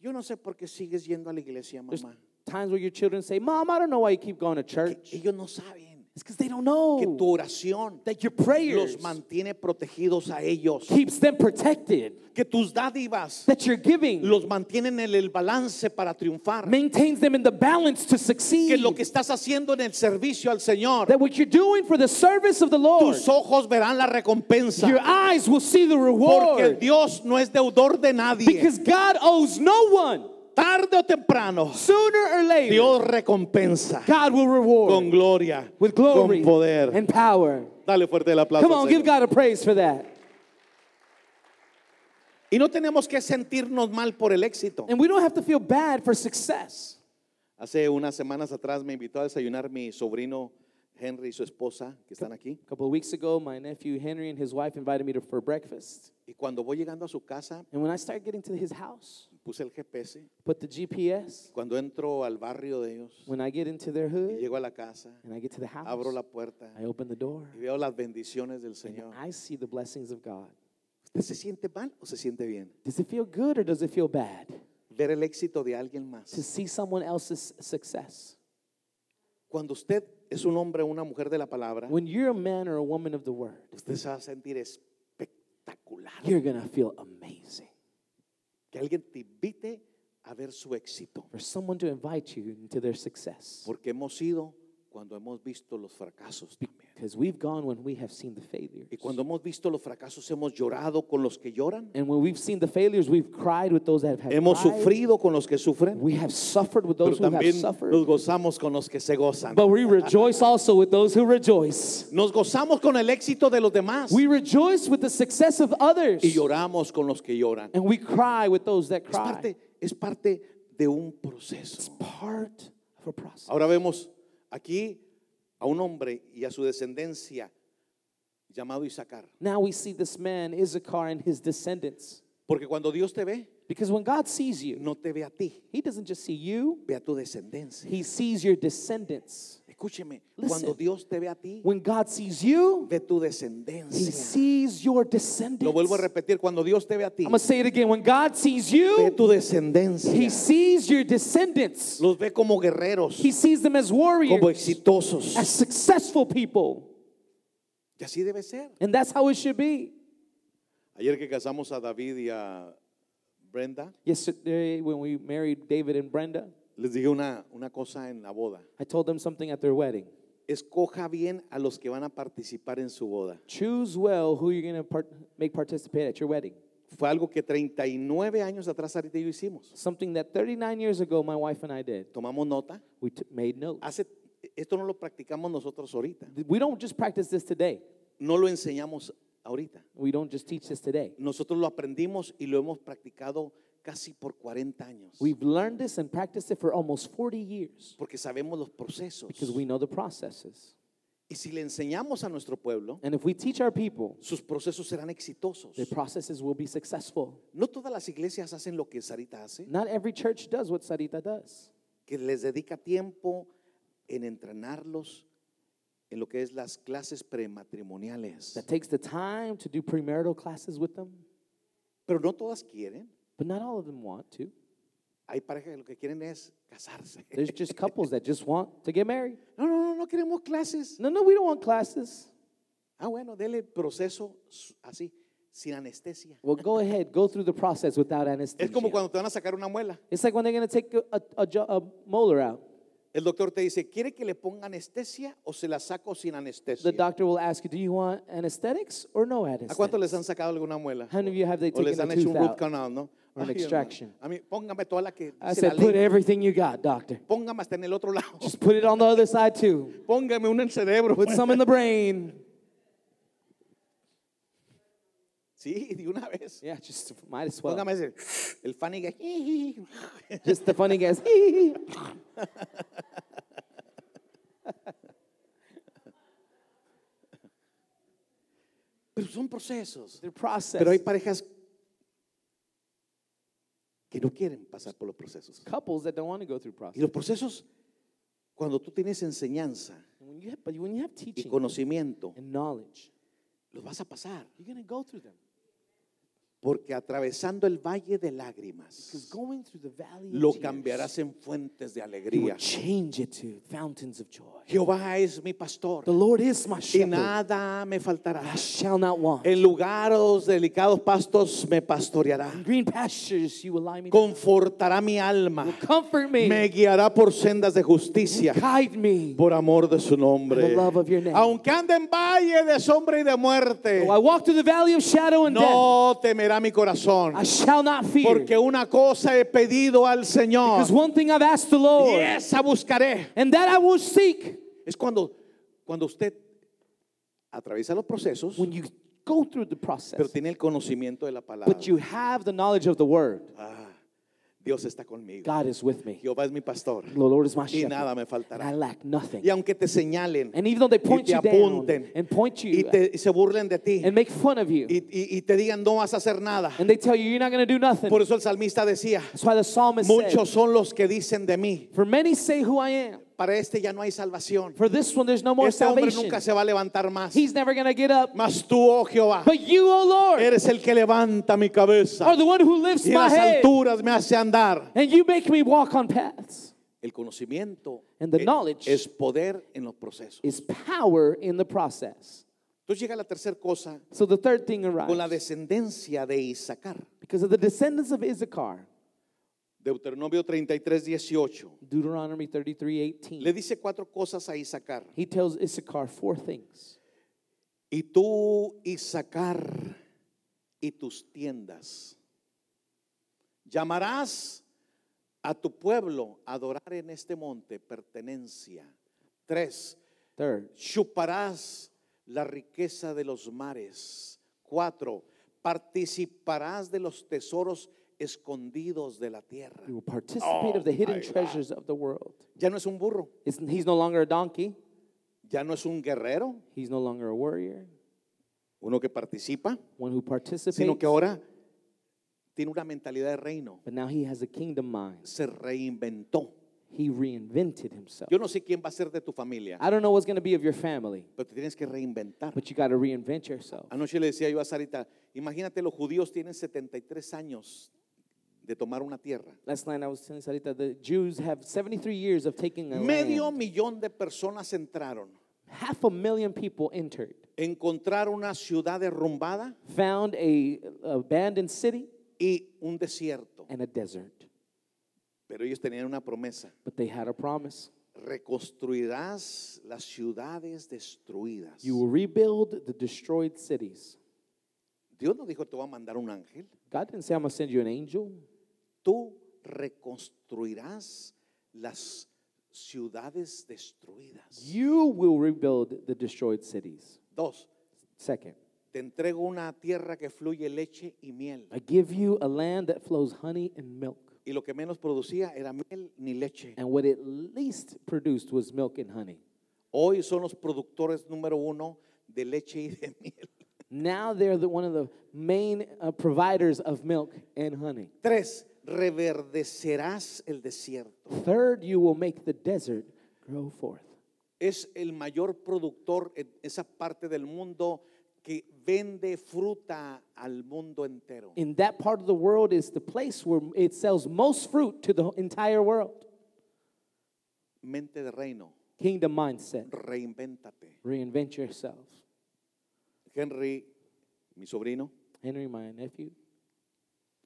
yo no sé por qué sigues yendo a la iglesia,
There's
mamá.
times where your children say, Mom, I don't know why you keep going to
Que
church. Oh.
ellos no saben
It's because they don't
que tu
know
oración
that your
los
prayers
mantiene protegidos a ellos.
keeps them protected,
Que tus dádivas
that your giving
los mantienen en el balance para triunfar.
maintains them in the balance
Que
to succeed,
lo que estás haciendo en el servicio al Señor,
that what you're doing for the service of the Lord,
tus ojos verán la recompensa.
your eyes will see the
Porque
reward.
Dios no es deudor de nadie.
Because God owes no one.
Tarde o temprano,
Sooner or later,
Dios recompensa
God will reward
con gloria,
with glory
con poder.
and power.
Dale fuerte el aplauso.
Come on,
al
give
Señor.
God a praise for that.
Y no tenemos que sentirnos mal por el éxito.
And we don't have to feel bad for success.
Hace unas semanas atrás me invitó a desayunar mi sobrino Henry y su esposa que están aquí.
A couple of weeks ago, my nephew Henry and his wife invited me to, for breakfast.
Y cuando voy llegando a su casa,
And when I started getting to his house,
puse el GPS.
put the GPS,
Cuando entro al barrio de ellos,
when I get into their
y
hood
llego a la casa,
and I get to the house,
abro la puerta
I open the door
y veo las bendiciones del
and
Señor.
I see the blessings of God.
¿Usted se siente mal o se siente bien?
Does it feel good or does it feel bad
Ver el éxito de alguien más.
to see someone else's success?
Cuando usted es un hombre o una mujer de la palabra,
When you're a man or a woman of the word,
usted se va a sentir espectacular.
you're going to feel amazing.
Que alguien te invite a ver su éxito.
For someone to invite you into their success.
Porque hemos ido cuando hemos visto los fracasos también.
Because we've gone when we have seen the failures.
Y cuando hemos visto los fracasos hemos llorado con los que lloran.
And when we've seen the failures, we've cried with those that have
Hemos
cried.
sufrido con los que sufren.
We have suffered with
Pero
those who have
también
suffered.
nos gozamos con los que se gozan.
But we rejoice also with those who rejoice.
Nos gozamos con el éxito de los demás.
We rejoice with the success of others.
Y lloramos con los que lloran.
And we cry with those that
Es
cry.
parte, es parte de un proceso.
Part of a process.
Ahora vemos aquí a un hombre y a su descendencia llamado Isaacar.
Now we see this man, Issachar, and his descendants.
Porque cuando Dios te ve,
Because when God sees you,
no te ve a ti,
he doesn't just see you,
ve a tu descendencia.
he sees your descendants.
Escúcheme,
Listen.
cuando Dios te ve a ti,
When God sees you,
ve tu
He
descendencia.
sees your descendants.
Lo vuelvo a repetir, cuando Dios te ve a ti,
I'm gonna say it again. When God sees
ve
you,
tu descendencia.
He sees your descendants.
Los ve como guerreros,
He sees them as
como
warriors,
exitosos.
as successful people,
Y así debe ser.
and that's how it should be.
Ayer que casamos a David y a Brenda,
Yesterday, when we married David and Brenda,
les dije una, una cosa en la boda.
I told them something at their wedding.
Escoja bien a los que van a participar en su boda.
Choose well who you're gonna part- make participate at your wedding.
Fue algo que 39 años atrás ahorita y yo hicimos.
Something that 39 years ago, my wife and I did.
Tomamos nota.
We t- made notes.
Hace, esto no lo practicamos nosotros ahorita.
We don't just practice this today.
No lo enseñamos ahorita.
We don't just teach this today.
Nosotros lo aprendimos y lo hemos practicado casi por 40 años.
We've learned this and practiced it for almost 40 years
Porque sabemos los procesos.
because we know the processes.
Y si le enseñamos a nuestro pueblo,
And if we teach our people,
sus procesos serán exitosos.
their processes will be successful.
No todas las iglesias hacen lo que Sarita hace,
Not every church does what Sarita does.
que les dedica tiempo en entrenarlos en lo que es las clases prematrimoniales.
That takes the time to do premarital classes with them,
Pero no todas quieren.
but not all of them want to.
Hay parejas que lo que quieren es casarse.
There's just couples that just want to get married.
No, no, no, no queremos clases.
No, no, we don't want classes.
Ah, bueno, dele el proceso s- así, sin anestesia.
Well, go ahead, go through the process without
Es
anesthesia.
como cuando te van a sacar una muela.
It's like when they're going to take a, a, a, jo- a molar out.
El doctor te dice, ¿quiere que le ponga anestesia o se la saco sin anestesia?
The doctor will ask you, do you want anesthetics or no
¿A
anesthetics?
cuántos les han sacado alguna muela?
How many of you have they
o les
taken
han
a
hecho un
tooth
root
out
canal, ¿no? Ay,
or an
hermano,
extraction?
A mí, póngame toda la que
I
dice la
said, put
ley.
everything you got, doctor.
Póngame hasta en el otro lado.
Just put it on the other side too.
Póngame una en el cerebro. pues.
Put some in the brain.
Sí, de una vez.
Yeah, just might as well.
Póngame ese. El Fanny que-
Just the funny guys.
Pero son procesos.
Their process.
Pero hay parejas que no quieren pasar por los procesos.
couples that don't want to go
Y
through process.
los procesos, cuando tú tienes enseñanza
And When you have, but when you have
y
teaching
conocimiento,
and knowledge,
los vas a pasar.
you're going to go through them.
Porque atravesando el valle de
Because
lágrimas,
going through the valley of
lo
tears,
cambiarás en fuentes de
you will
alegría.
change it to fountains of joy.
Jehová es mi pastor
The Lord is my
y
shepherd.
nada me faltará.
I shall not want.
En lugares delicados pastos me pastoreará.
In green pastures you will lie me down.
Confortará mi alma.
Comfort me.
Me guiará por sendas de justicia.
Guide me.
Por amor de su nombre.
The love of your name.
Aunque ande en valle de sombra y de muerte,
Though I walk through the valley of shadow and death.
no temerá mi corazón.
I shall not fear.
Porque una cosa he pedido al Señor.
Because one thing I've asked the Lord,
Y esa buscaré.
and that I will seek.
Es cuando, cuando usted atraviesa los procesos,
When you go through the process,
pero tiene el conocimiento de la palabra.
but you have the knowledge of the word,
Ah, Dios está conmigo.
God is with me.
Jehová es mi pastor.
The Lord is my
Y
shepherd.
nada me
and I
faltará.
lack nothing.
Y aunque te señalen
And even though they
y
point
te
you down
apunten
and point
y,
you
te- y se burlen de ti
and make fun of you,
y, y- y te digan no vas a hacer nada.
and they tell you you're not going to do nothing.
Por eso el salmista decía,
That's why the psalmist
muchos
said,
son los que dicen de mí,
"For many say who I am.
para este ya no hay salvación.
For this one, there's no more
Este hombre
salvation.
nunca se va a levantar más.
He's never going to get up.
Mas tú, oh Jehová,
But you, O Lord,
eres el que levanta mi cabeza
are the one who lifts
y en
my
las
head,
alturas me hace andar.
and you make me walk on paths."
El conocimiento
And the
e-
knowledge
es poder en los procesos.
Is power in the process.
Entonces llega la tercera cosa
So the third thing
con la
arrives.
descendencia de Isaacar.
Because of the descendants of Issachar,
Deuteronomio 33, 18.
Deuteronomy 33
Le
18,
dice cuatro cosas a Isaacar.
he tells Issachar four things.
Y tú, Isaacar, y tus tiendas. Llamarás a tu pueblo a adorar en este monte pertenencia. Tres,
Third,
chuparás la riqueza de los mares. Cuatro, participarás de los tesoros escondidos de la tierra.
you will participate
Oh
of the hidden treasures of the world.
Ya no es un burro,
It's, he's no longer a donkey,
ya no es un guerrero,
he's no longer a warrior,
uno que participa,
one who participates.
sino que ahora tiene una mentalidad de reino.
but now he has a kingdom mind.
se reinventó.
He reinvented himself.
Yo no sé quién va a ser de tu familia,
I don't know what's going to be of your family,
pero te tienes que reinventar.
but you got to reinvent yourself.
Anoche le decía yo a Sarita, imagínate los judíos tienen 73 años de tomar una tierra.
Last night I was telling Sarita the Jews have 73 years of taking a
Medio
land.
millón de personas entraron,
Half a million people entered.
encontraron una ciudad derrumbada
found a abandoned city
y un desierto,
and a desert
pero ellos tenían una promesa.
but they had a promise
Reconstruirás las ciudades destruidas.
you will rebuild the destroyed cities
Dios nos dijo, te voy a mandar un ángel.
god didn't say i'm going to send you an angel
tú reconstruirás las ciudades destruidas.
you will rebuild the destroyed cities
Dos,
Second,
Te entrego una tierra que fluye leche y miel.
I give you a land that flows honey and milk.
Y lo que menos producía era miel ni leche.
And what it least produced was milk and honey.
Hoy son los productores número uno de leche y de miel.
Now they're the, one of the main uh, providers of milk and honey.
Tres, reverdecerás el desierto.
Third, you will make the desert grow forth.
Es el mayor productor en esa parte del mundo que vende fruta al mundo entero.
In that part of the world is the place where it sells most fruit to the entire world.
Mente de reino,
Kingdom mindset.
reinvéntate.
Reinvent yourself.
Henry, mi sobrino,
Henry, my nephew,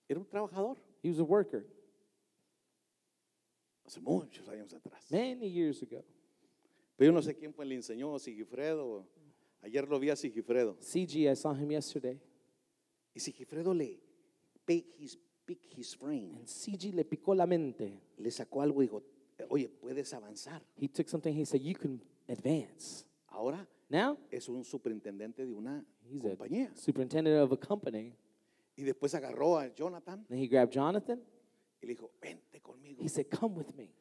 era un trabajador
he was a worker
hace muchos años atrás.
many years ago.
Pero yo no sé quién fue, le enseñó, Sigifredo. Ayer lo vi a Sigifredo.
CG, I saw him yesterday.
Y Sigifredo le pick his, pick his brain.
And CG le picó la mente.
Le sacó algo y dijo, oye, puedes avanzar.
He took something, he said, You can advance.
Ahora
Now,
es un superintendente de una
he's a
compañía.
superintendent of a company.
Y después agarró a Jonathan
Then he grabbed Jonathan.
y le dijo, vente conmigo.
He said, Come with me.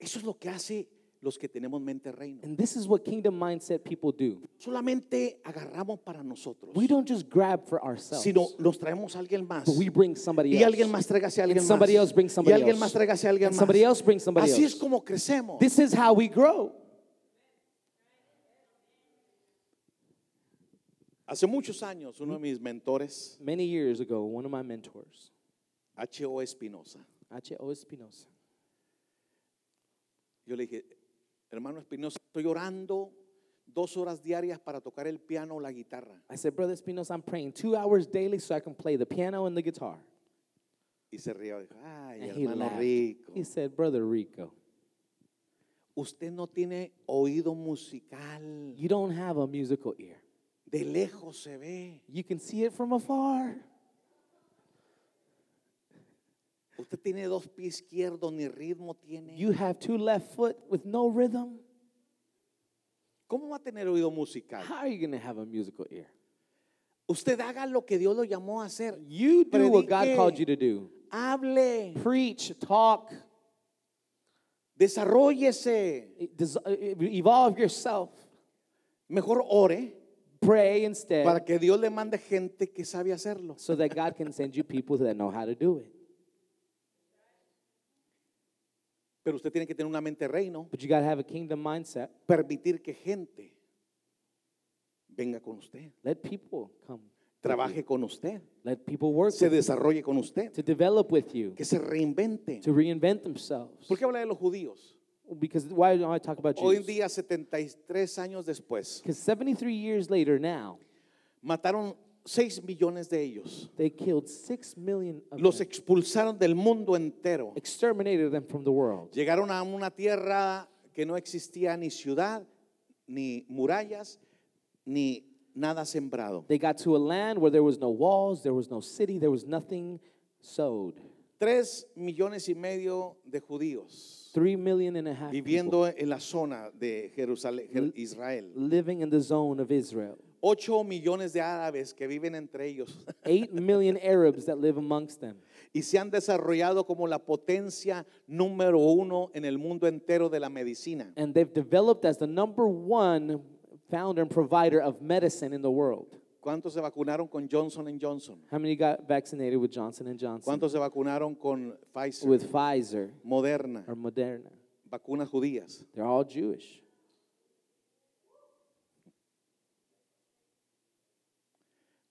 Eso es lo que hace los que tenemos mente reino.
And this is what kingdom mindset people do.
Solamente agarramos para nosotros,
We don't just grab for ourselves,
sino nos traemos a alguien más.
but we bring somebody
Y
else.
alguien más tráigase a
And
alguien
somebody
más.
else brings somebody
y alguien
else.
más tráigase a alguien
And
más.
somebody else brings somebody
Así
else.
es como crecemos.
This is how we grow.
Hace muchos años, uno de mis mentores,
Many years ago, one of my mentors,
H.O. Espinosa,
H.O. Espinosa,
yo le dije, hermano Espinosa, estoy orando dos horas diarias para tocar el piano o la guitarra.
I said, Brother Espinosa, I'm praying two hours daily so I can play the piano and the guitar.
Y se rió, dijo, ay,
And he
hermano
laughed.
rico,
He said, Brother Rico,
usted no tiene oído musical,
you don't have a musical ear.
de lejos se ve,
You can see it from afar.
usted tiene dos pies izquierdos, ni ritmo tiene.
You have two left foot with no rhythm.
¿Cómo va a tener oído musical?
How are you going to have a musical ear?
Usted haga lo que Dios lo llamó a hacer.
You do what God
Predique.
called you to do.
Hable,
Preach, talk,
desarrollese,
des- uh, evolve yourself.
mejor ore.
Pray instead
para que Dios le mande gente que sabe hacerlo.
so that God can send you people that know how to do it.
Pero usted tiene que tener una mente reino,
But you got to have a kingdom mindset.
permitir que gente venga con usted,
Let people come.
trabaje con usted,
Let people work
se
with you,
desarrolle con usted,
to develop with you,
que se reinvente.
to reinvent themselves.
¿Por qué habla de los judíos?
Because why do I talk about
Hoy en
Jews?
día, 73 años después,
Because 73 years later now,
mataron 6 millones de ellos.
they killed 6 million of
Los
them,
expulsaron del mundo entero.
exterminated them from the world.
Llegaron a una tierra que no existía ni ciudad, ni murallas, ni nada sembrado.
They got to a land where there was no walls, there was no city, there was nothing sowed.
Tres millones y medio de judíos
Three million and a half people
viviendo en la zona de Jerusalén, Jer- Israel.
living in the zone of Israel.
Ocho millones de árabes que viven entre ellos
Eight million Arabs that live amongst them.
y se han desarrollado como la potencia número uno en el mundo entero de la medicina.
And they've developed as the number one founder and provider of medicine in the world.
¿Cuántos se vacunaron con Johnson Johnson?
How many got vaccinated with Johnson & Johnson?
¿Cuántos se vacunaron con Pfizer,
With Pfizer
Moderna,
or Moderna.
vacunas judías?
They're all Jewish.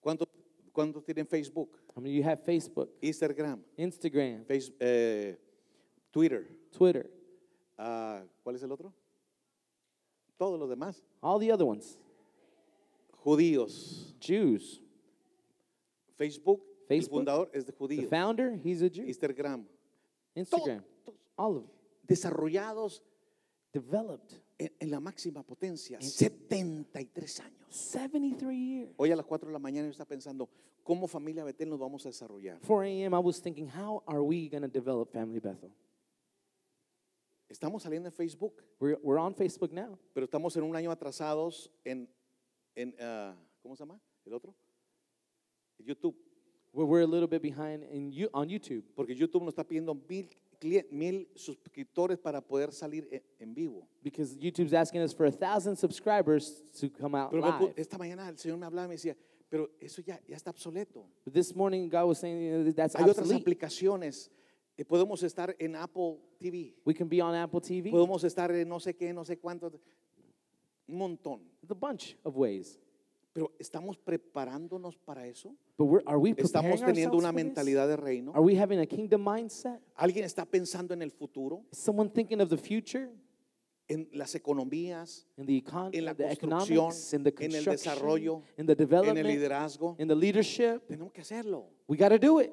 ¿Cuántos, cuántos tienen Facebook,
How many of you have Facebook,
Instagram,
Instagram,
Face- eh, Twitter?
Twitter,
Ah, ¿Cuál es el otro? Todos los demás.
all the other ones?
Judíos.
Jews.
Facebook, el
Facebook.
fundador es de
The
judío.
founder, he's a Jew.
Instagram.
Instagram. All of them.
Desarrollados
Developed
en, en la máxima potencia. 73 años.
73 years.
Hoy a las 4 de la mañana yo estaba pensando, ¿cómo familia Betel nos vamos a desarrollar?
4 a.m., I was thinking, how are we going to develop Family Bethel?
Estamos saliendo en Facebook,
We're, we're on Facebook now,
pero estamos en un año atrasados en, en, ah, ¿cómo se llama? El otro. YouTube.
We're, we're a little bit behind in you, on YouTube
Porque YouTube nos está pidiendo mil, cli- mil suscriptores para poder salir e- en vivo.
because YouTube's asking us for a thousand subscribers to come out
Pero me pu-
live.
esta mañana el Señor me hablaba y me decía, pero eso ya, ya está obsoleto.
But this morning, God was saying you know, that that's
Hay otras
obsolete.
aplicaciones. Eh, Podemos estar en Apple TV.
We can be on Apple TV.
Podemos estar en no sé qué, no sé cuánto. Un montón.
There's a bunch of ways.
Pero ¿estamos preparándonos para eso?
But we're, are we preparing
¿Estamos teniendo
ourselves
una
for this?
mentalidad de reino?
Are we having a kingdom mindset?
¿Alguien está pensando en el futuro?
Is someone thinking of the future
¿En las economías?
in the econ,
En la
the
construcción,
economics, in the
en el
construction,
desarrollo,
in the
¿En el
development,
liderazgo?
in the leadership?
Tenemos que hacerlo.
We got to do it.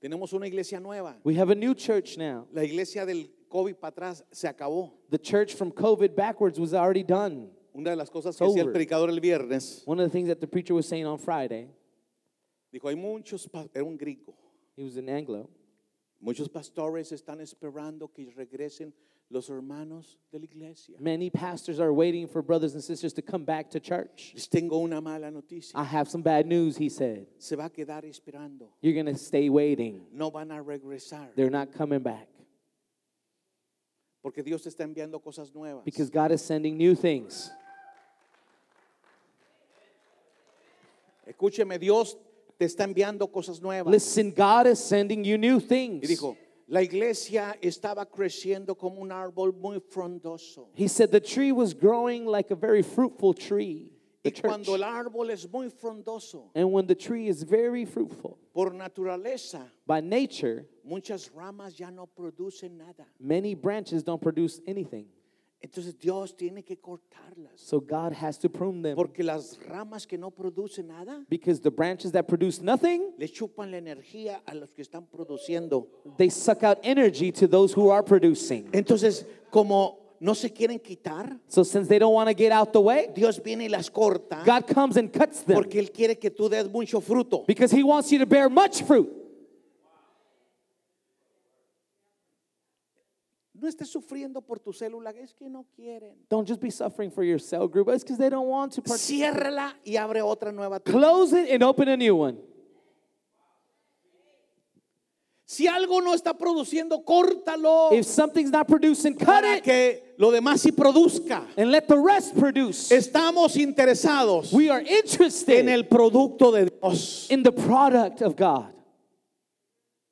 Tenemos una iglesia nueva.
We have a new church now.
La iglesia del COVID para atrás se acabó.
The church from COVID backwards was already done.
Una de las cosas que
It's
decía el
over.
predicador el viernes,
One of the things that the preacher was saying on Friday,
dijo, hay muchos, pa- era un griego,
he was in Anglo.
muchos pastores están esperando que regresen los hermanos de la iglesia.
Many pastors are waiting for brothers and sisters to come back to church.
Les tengo una mala noticia.
I have some bad news, he said.
Se va a quedar esperando.
You're going to stay waiting.
No van a regresar.
They're not coming back
Porque Dios te está enviando cosas nuevas.
because God is sending new things.
Escúcheme, Dios te está enviando cosas nuevas.
Listen, God is sending you new
Y
things.
dijo, la iglesia estaba creciendo como un árbol muy frondoso.
He said the tree was growing like a very fruitful tree. The
Y
church.
cuando el árbol es muy frondoso,
And when the tree is very fruitful,
por naturaleza,
by nature,
muchas ramas ya no producen nada.
many branches don't produce anything.
Entonces Dios tiene que cortarlas.
So God has to prune them
Porque las ramas que no producen nada
because the branches that produce nothing,
le chupan la energía a los que están produciendo.
they suck out energy to those who are producing.
Entonces, como no se quieren quitar,
So since they don't want to get out the way,
Dios viene y las corta
God comes and cuts them
porque Él quiere que tú des mucho fruto.
because he wants you to bear much fruit.
No estés sufriendo por tu célula, es que no quieren.
Don't just be suffering for your cell group. It's because they don't want to participate.
Ciérrala y abre otra nueva. tú.
Close it and open a new one.
Si algo no está produciendo, córtalo
If something's not producing, cut
para
it
que lo demás sí produzca.
and let the rest produce.
Estamos interesados
We are interested
en el producto de Dios.
in the product of God.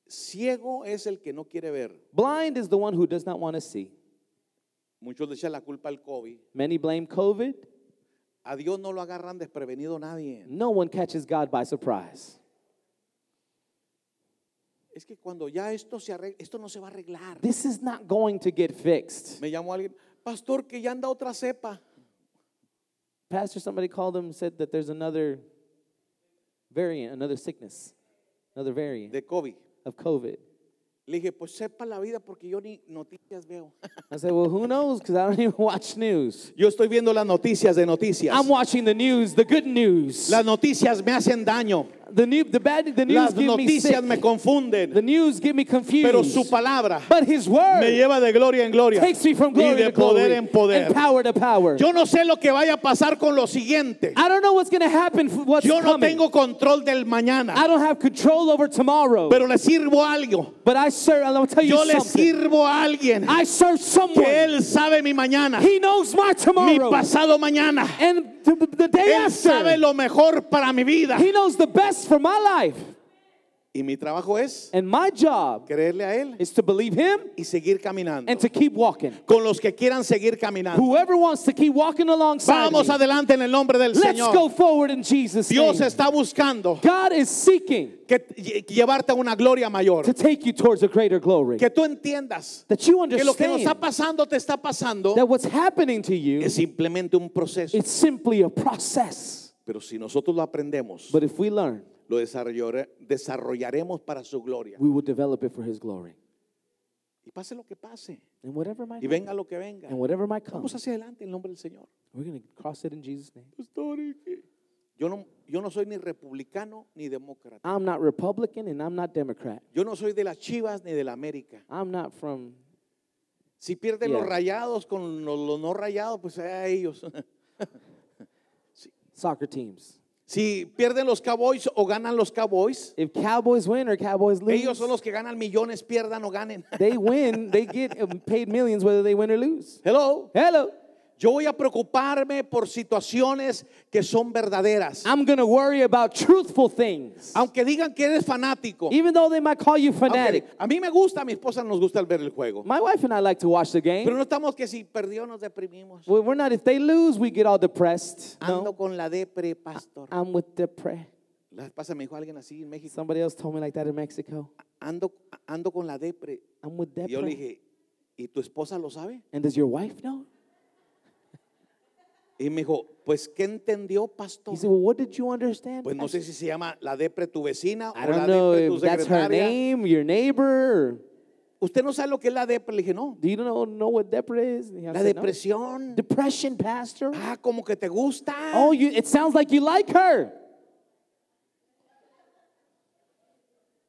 Ciego es el que no quiere ver.
Blind is the one who does not want to see.
Muchos le echan la culpa al COVID.
Many blame COVID.
A Dios no lo agarran desprevenido nadie.
No one catches God by surprise.
Es que cuando ya esto se arregla, esto no se va a arreglar.
This is not going to get fixed.
Me llamó alguien, pastor, que ya anda otra cepa.
Pastor, somebody called him and said that there's another variant, another sickness, another variant
de COVID.
of COVID.
Le dije, pues sepa la vida porque yo ni noticias veo.
I said, Well, who knows? Because I don't even watch news.
Yo estoy viendo las noticias de noticias.
I'm watching the news, the good news.
Las noticias me hacen daño.
The new, the bad, the news
Las
give me
noticias
sick.
me
The
confunden.
news give me confused.
Pero su palabra
but His
me
word
lleva de gloria en gloria
takes me from
y
glory
de
to glory
poder en poder.
and power to power.
Yo no sé lo que vaya a pasar con lo siguiente.
I don't know what's going to happen. f- What's
Yo no
coming.
tengo control del
I
mañana,
don't have control over tomorrow.
pero le sirvo a algo.
but I serve. I'll tell you
Yo le
something.
sirvo a alguien
I serve
que
someone.
él sabe mi mañana,
he knows my
mi
tomorrow
pasado mañana.
and th- th- the day
Él
after.
sabe lo mejor para mi vida.
he knows the best for my life.
Y mi trabajo es
And my job
creerle a él
is to believe Him
y seguir caminando.
and to keep walking.
Con los que quieran seguir caminando.
Whoever wants to keep walking alongside
Vamos
me,
adelante en el nombre del
let's go
Señor.
forward in Jesus'
Dios
name.
está buscando
God is seeking
que lle- llevarte a una gloria
to
mayor.
take you towards a greater glory.
Que tú entiendas
That you
que lo que nos está
understand
pasando te está pasando
that what's happening to you
es simplemente un proceso.
is simply a process.
Pero si nosotros lo aprendemos,
But if we learn,
lo desarrollare- desarrollaremos para su gloria.
we will develop it for His glory.
Y pase lo que pase,
And whatever might
y venga lo que venga.
and whatever might come,
Vamos hacia adelante en nombre del Señor.
we're going to cross it in Jesus' name.
Pastor, ¿y qué? Yo no, yo no soy ni republicano ni demócrata.
I'm not Republican and I'm not Democrat.
Yo no soy de las Chivas ni de la América.
I'm not from.
Si pierden los
Yeah.
rayados eh, con los, los no rayados, pues a ellos.
Soccer teams.
Si pierden los Cowboys o ganan los Cowboys,
If Cowboys win or Cowboys lose,
ellos son los que ganan millones, pierdan o ganen.
they win, they get um, paid millions whether they win or lose.
Hello.
Hello.
Yo voy a preocuparme por situaciones que son verdaderas.
I'm going to worry about truthful things.
Aunque digan que eres fanático.
Even though they might call you fanatic.
Aunque- a mí me gusta, a mi esposa nos gusta el ver el juego.
My wife and I like to watch the
Pero
game.
no estamos que si perdió nos deprimimos.
Well, we're not, if they lose, we get all depressed.
Ando
Pues, No, Ah,
con la depre, pastor.
I'm with depre.
La vez pasada me dijo alguien así en México.
Somebody else told me like that in Mexico.
Ando, ando con la depre.
I'm with
Y yo le
depre.
dije, ¿y tu esposa lo sabe?
And does your wife know?
Y me dijo, pues ¿qué entendió, pastor?
He said, well, what did you understand?
Pues no sé si se llama la depre tu vecina
I
o la
don't know
depre tu
if that's her
secretaria.
name, your neighbor. or-
Usted no sabe lo que es la depre. Le dije, no.
Do you know, know what depre is? And I
La
said, "No."
depresión.
Depression, pastor.
Ah, como que te gusta.
Oh, you, it sounds like you like her.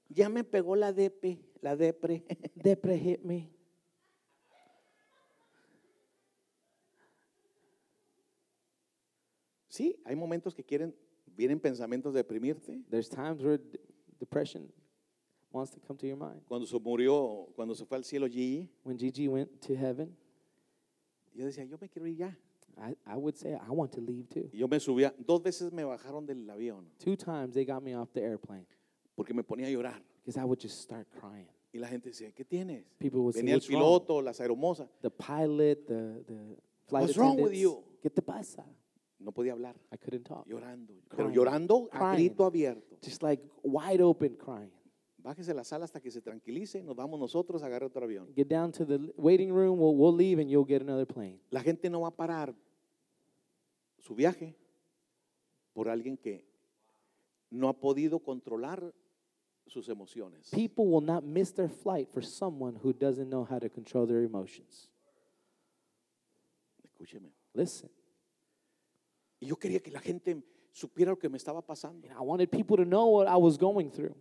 Ya me pegó la depre, la depre.
Depre hit me.
sí, hay momentos que quieren, vienen pensamientos de deprimirte.
There's times where d- depression wants to come to your mind.
Cuando se murió, cuando se fue al cielo Gigi,
When Gigi went to heaven,
yo decía, yo me quiero ir ya.
I, I would say I want to leave too.
Y yo me subía, dos veces me bajaron del avión
Two times they got me off the airplane
porque me ponía a llorar.
because I would just start crying.
Y la gente decía, ¿qué tienes?
People would say,
Venía el
"What's wrong?"
piloto, las aeromosas.
The pilot, the, the flight
What's wrong with
attendants,
you?
¿Qué te pasa?
No podía hablar,
I couldn't talk.
llorando. Pero
Crying.
llorando a
Crying.
grito abierto.
Just like wide open crying.
Bájese a la sala hasta que se tranquilice, nos vamos nosotros, agarre otro avión.
Get down to the l- waiting room. We'll, we'll leave and you'll get another plane.
La gente no va a parar su viaje por alguien que no ha podido controlar sus emociones.
People will not miss their flight for someone who doesn't know how to control their emotions.
Escúcheme.
Listen,
Y yo quería que la gente supiera lo que me estaba pasando.
and I wanted people to know what I was going through.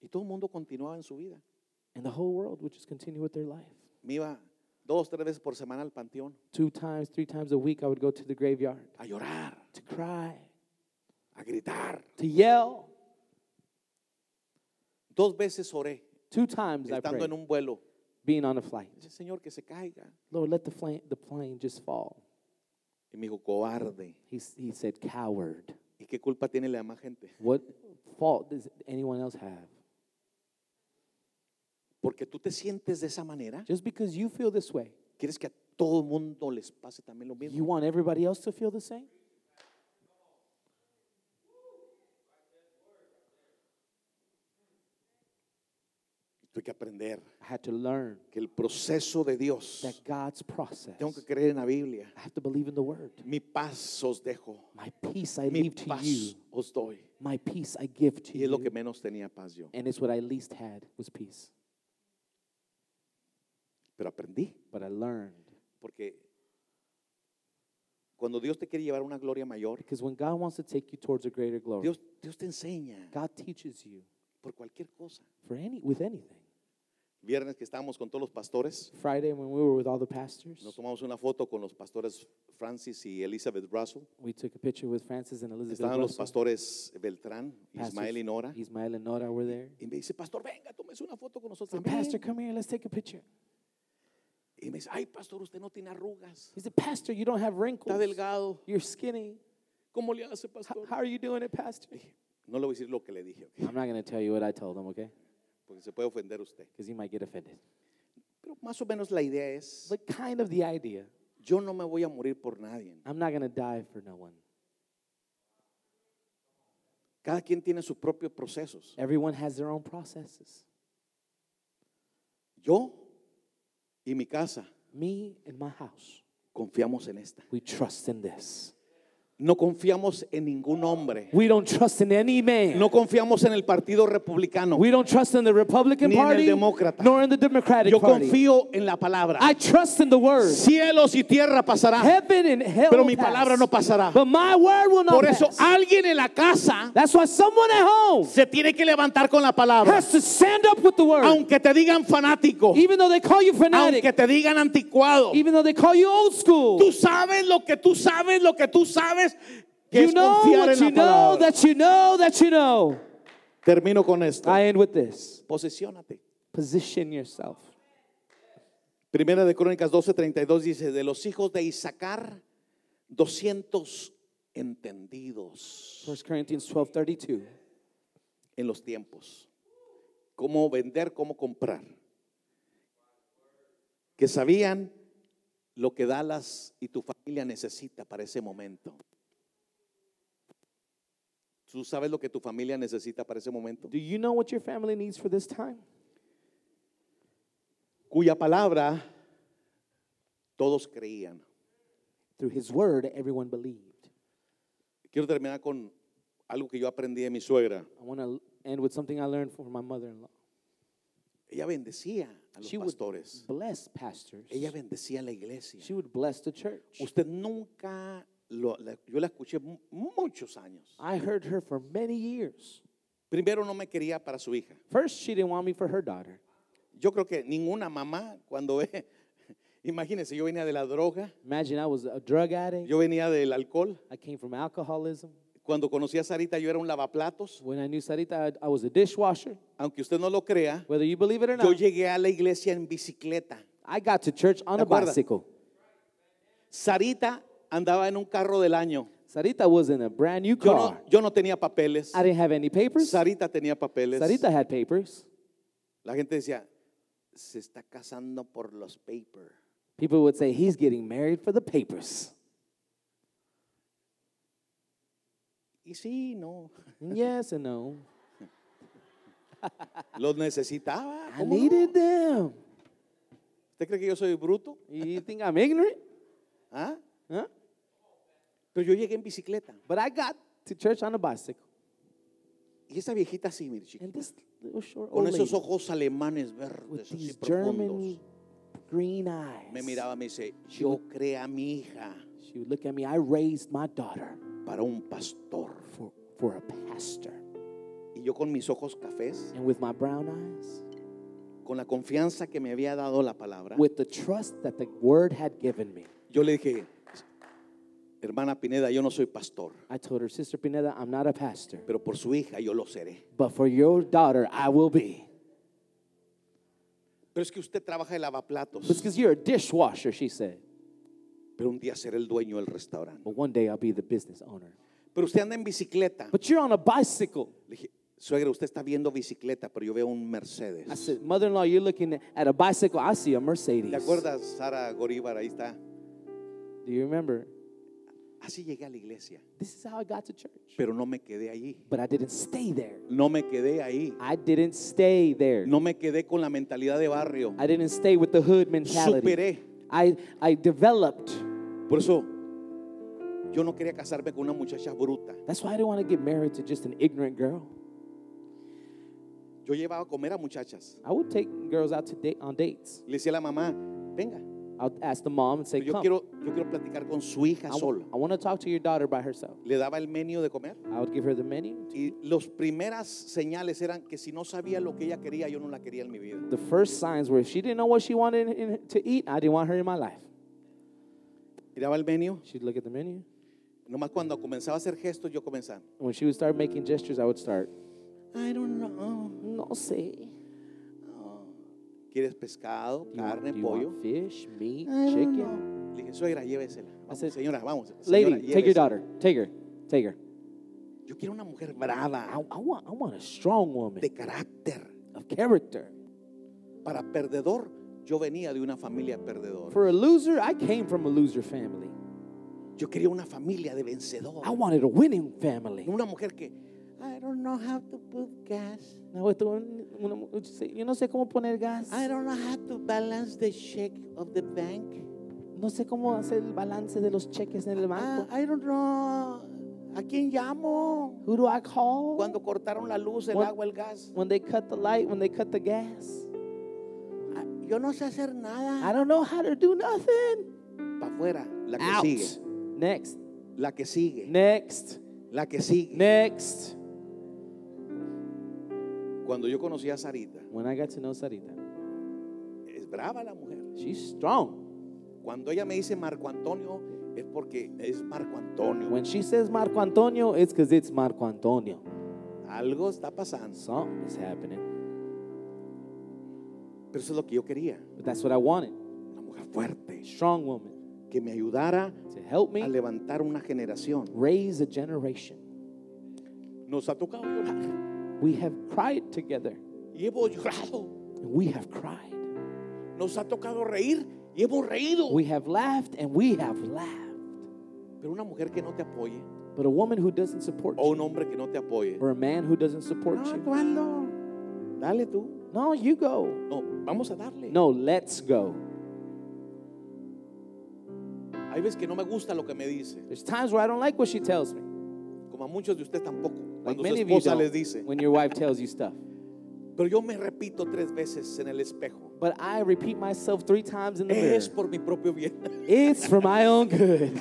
Y todo el mundo continuaba en su vida.
And the whole world would just continue with their life.
Me iba dos, tres veces por semana al panteón
Two times, three times a week, I would go to the graveyard
a llorar,
to cry,
a gritar.
to yell.
Dos veces oré,
Two times I
estando
prayed,
en un vuelo.
being on a flight.
Dice, Señor, que se caiga.
Lord, let the, flame, the plane just fall.
Y me dijo, cobarde.
He, s- he said, coward.
¿Y qué culpa tiene la demás gente?
What fault does anyone else have?
Porque tú te sientes de esa manera.
Just because you feel this way,
¿Quieres que a todo el mundo les pase también lo mismo?
you want everybody else to feel the same?
Tengo que aprender
I had to learn
que el proceso de Dios,
that God's process.
tengo que creer en la Biblia.
I have to believe in the word.
Mi paz os dejo,
My peace I
mi
leave to you.
paz os doy.
My peace I give to
Y es lo que
you.
menos tenía paz yo.
And it's what I least had was peace.
Pero aprendí.
But I learned.
Porque cuando Dios te quiere llevar a una gloria mayor,
Because when God wants to take you towards a greater glory,
Dios, Dios te enseña
God teaches you
por cualquier cosa.
for any with anything.
Viernes que estábamos con todos los pastores,
Friday when we were with all the pastors,
nos tomamos una foto con los pastores Francis y Elizabeth Russell.
we took a picture with Francis and Elizabeth.
Estaban los
Russell.
pastores Beltrán,
Pastors
Ismael y Nora.
Ismael and Nora were there.
Y me dice, pastor, venga, tómese una foto con
I
nosotros
said,
también.
Pastor, come here, let's take a picture.
Y me dice, ay, pastor, usted no tiene arrugas.
He said, Pastor, you don't have
Está
wrinkles.
delgado.
You're skinny.
¿Cómo le hace,
H-
pastor?
How are you doing it, Pastor?
No le voy a decir lo que le dije, ok,
I'm not going to tell you what I told him, okay?
porque se puede ofender usted.
Because you might get offended.
Pero más o menos la idea es,
But kind of the idea.
yo no me voy a morir por nadie.
I'm not going to die for no one.
Cada quien tiene sus propios procesos.
Everyone has their own processes.
Yo y mi casa
Me and my house,
confiamos en esta.
we trust in this.
No confiamos en ningún hombre.
We don't trust in any man.
No confiamos en el Partido Republicano.
We don't trust in the Republican
Ni en el
Party
demócrata.
nor in the Democratic
Yo
Party.
confío en la palabra.
I trust in the word.
Cielos y tierra pasará,
Heaven and hell
pero
will
mi
pass,
palabra no pasará.
But my word will not
Por eso
pass.
alguien en la casa
That's why someone at home
se tiene que levantar con la palabra.
has to stand up with the word.
Aunque te digan fanático,
even though they call you fanatic,
aunque te digan anticuado,
even though they call you old school,
tú sabes lo que tú sabes, lo que tú sabes, que
You
es
know
confiar
what
en la
you know
palabra.
that you know that you know.
Termino con esto.
I end with this.
Posesiónate.
Position yourself.
Primera de Crónicas 12:32 dice, de los hijos de Isaacar, 200 entendidos
1 Corinthians 12:32.
en los tiempos. Cómo vender, cómo comprar. Que sabían lo que Dallas y tu familia necesita para ese momento. ¿Tú sabes lo que tu familia necesita para ese momento?
Do you know what your family needs for this time?
Cuya palabra todos creían.
Through his word, everyone believed.
Quiero terminar con algo que yo aprendí de mi suegra.
I want to end with something I learned from my mother-in-law.
Ella bendecía a los
She would Mm.
pastores.
bless pastors.
Ella bendecía a la iglesia.
She would bless the church.
Usted nunca, lo- la- yo la escuché mu- muchos años.
I heard her for many years.
Primero no me quería para su hija.
First, she didn't want me for her daughter.
Yo creo que ninguna mamá cuando ve, imagínense, yo venía de la droga,
Imagine I was a drug addict.
yo venía del alcohol.
I came from alcoholism.
Cuando conocí a Sarita yo era un lavaplatos.
When I knew Sarita, I, I was a dishwasher.
Aunque usted no lo crea,
Whether you believe it or
yo
not,
llegué a la iglesia en bicicleta.
I got to church on
¿Te
a
acuerdas?
bicycle.
Sarita andaba en un carro del año.
Sarita was in a brand new
Yo
car.
no, yo no tenía papeles.
I didn't have any papers.
Sarita tenía papeles.
Sarita had papers.
La gente decía, se está casando por los papers.
People would say, he's getting married for the papers.
Y sí, no.
yes and no.
Los necesitaba.
I
¿cómo no?
needed them.
¿Usted cree que yo soy bruto?
You think I'm ignorant?
¿Ah?
Huh?
Pero yo llegué en bicicleta.
But I got to church on a bicycle.
Y esa viejita así, mire, chiquito,
And this little short
Con
old lady
esos ojos alemanes
with
verdes, así
these German
profundos.
green eyes.
Me miraba, me dice, yo creé a mi hija
She would look at me. I raised my daughter
para un pastor.
for, for a pastor.
Y yo con mis ojos cafés,
And with my brown eyes,
con la confianza que me había dado la palabra,
with the trust that the word had given me,
yo le dije, hermana Pineda, yo no soy pastor,
I told her, Sister Pineda, I'm not a pastor,
pero por su hija yo lo seré.
but for your daughter, I will be.
Pero es que usted trabaja de lavaplatos.
It's because you're a dishwasher, she said.
Pero un día seré el dueño del restaurante.
But one day I'll be the business owner.
Pero usted anda en bicicleta.
But you're on a bicycle.
Le dije, suegra, usted está viendo bicicleta, pero yo veo un
I
Mercedes.
said, Mother in law, you're looking at a bicycle. I see a Mercedes.
¿Te acuerdas, Sara Goríbar? Ahí está.
Do you remember?
Así llegué a la iglesia,
This is how I got to church.
pero no me quedé ahí.
But I didn't stay there.
No me quedé ahí.
I didn't stay there.
No me quedé con la mentalidad de barrio.
I didn't stay with the hood mentality.
Superé.
I, I developed.
Por eso, yo no quería casarme con una muchacha bruta.
That's why I didn't want to get married to just an ignorant girl.
Yo llevaba a comer a muchachas.
I would take girls out to date on dates.
Le decía a la mamá, venga,
I'll ask the mom and say,
yo
Come.
quiero, yo quiero platicar con su hija
I,
sola.
want to talk to your daughter by herself.
Le daba el menú de comer.
I would give her the menu.
Y las primeras señales eran que si no sabía lo que ella quería, yo no la quería en mi vida.
The first signs were if she didn't know what she wanted in, in- to eat, I didn't want her in my life.
Miraba el menú.
She'd look at the menu.
Nomás cuando comenzaba a hacer gestos, yo comenzaba.
When she would start making gestures, I would start,
I don't know.
No sé.
¿Quieres pescado,
You want-
carne,
do you
pollo?
want fish, meat,
I don't
chicken?
know. Le dije, suegra, llévesela. Vamos,
said,
señora, vamos.
Lady,
señora,
take your
llévesela".
daughter. Take her. Take her.
Yo quiero una mujer
I,
brava,
I want, I want a strong woman
de carácter.
of character.
Para perdedor, yo venía de una familia perdedora.
For a loser, I came from a loser family.
Yo quería una familia de
I
vencedor.
wanted a winning family.
Una mujer que, I don't know how to put gas.
No, esto, una- yo sé- yo no sé cómo poner gas.
I don't know how to balance the check of the bank.
No sé cómo hacer el balance de los cheques en el
Ah,
banco.
I don't know. ¿A quién llamo?
Who do I call?
Cuando cortaron la luz, el
Cuan-
agua, el gas.
When they cut the light, when they cut the gas.
Ah, Yo no sé hacer
I
nada.
don't know how to do nothing.
Para afuera, la que
Out.
sigue.
Next.
La que sigue.
Next.
la que sigue.
Next.
Cuando yo conocí a Sarita,
When I got to know Sarita,
es brava la mujer.
she's strong.
Cuando ella me dice Marco Antonio, es porque es Marco Antonio.
When she says Marco Antonio, it's because it's Marco Antonio.
Algo está pasando.
Something is happening.
Pero eso es lo que yo quería.
But that's what I wanted.
Una mujer fuerte.
Strong woman
Que me ayudara
to help
a
me
levantar una generación.
raise a generation.
Nos ha tocado llorar.
We have cried together.
Y hemos llorado.
We have cried.
Nos ha tocado reír. Y hemos reído.
We have laughed and we have laughed.
Pero una mujer que no te apoye.
But a woman who doesn't support
O
you
un hombre que Oh, no te apoye.
or a man who doesn't support
No,
you,
tú hazlo. Dale tú.
no, you go.
No, vamos a darle.
No, let's go.
Hay veces que no me gusta lo que me dice.
There's times where I don't like what she tells me.
Como a muchos de ustedes tampoco.
Like
Cuando su
many of you
esposa les
don't,
dice.
when your wife tells you stuff.
Pero yo me repito tres veces en el espejo.
But I repeat myself three times in the mirror.
Es por mi propio bien.
It's for my own good.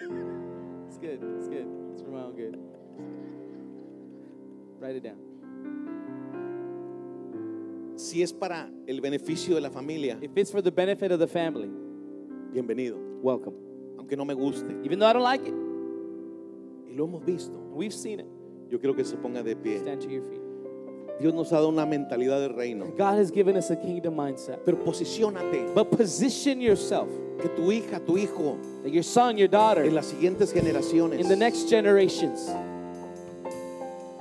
it's good. It's good. It's for my own good. Write it down.
Si es para el beneficio de la familia,
If it's for the benefit of the family,
bienvenido.
welcome.
Aunque no me guste.
Even though I don't like it,
Y lo hemos visto.
we've seen it.
Yo quiero que se ponga de pie.
Stand to your feet.
Dios nos ha dado una mentalidad de reino.
God has given us a kingdom mindset.
Pero posicionate
But position yourself
que tu hija, tu hijo,
that your son, your daughter,
en las siguientes generaciones
in the next generations.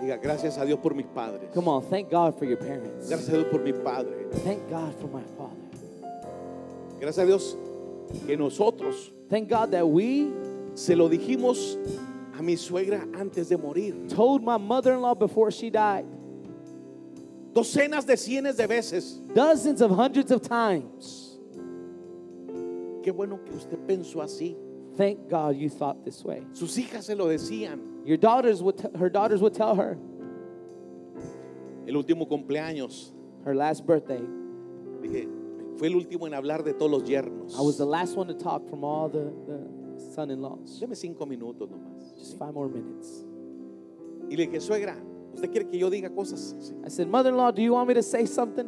diga gracias a Dios por mis padres.
Come on, thank God for your parents.
Gracias a Dios por mi padre.
Thank God for my father.
Gracias a Dios que nosotros
Thank God that we
se lo dijimos a mi suegra antes de morir.
told my mother-in-law before she died
Docenas de cientos de veces.
dozens of hundreds of times
Qué bueno que usted pensó así.
thank god you thought this way
Sus hijas se lo decían.
your daughters would t- her daughters would tell her
El último cumpleaños,
her last birthday
dije, fue el último en hablar de todos los yernos.
i was the last one to talk from all the, the son-in-laws
Deme cinco minutos nomás.
just five more minutes
Y le dije, suegra, ¿usted quiere que yo diga cosas? Sí.
i said mother-in-law do you want me to say something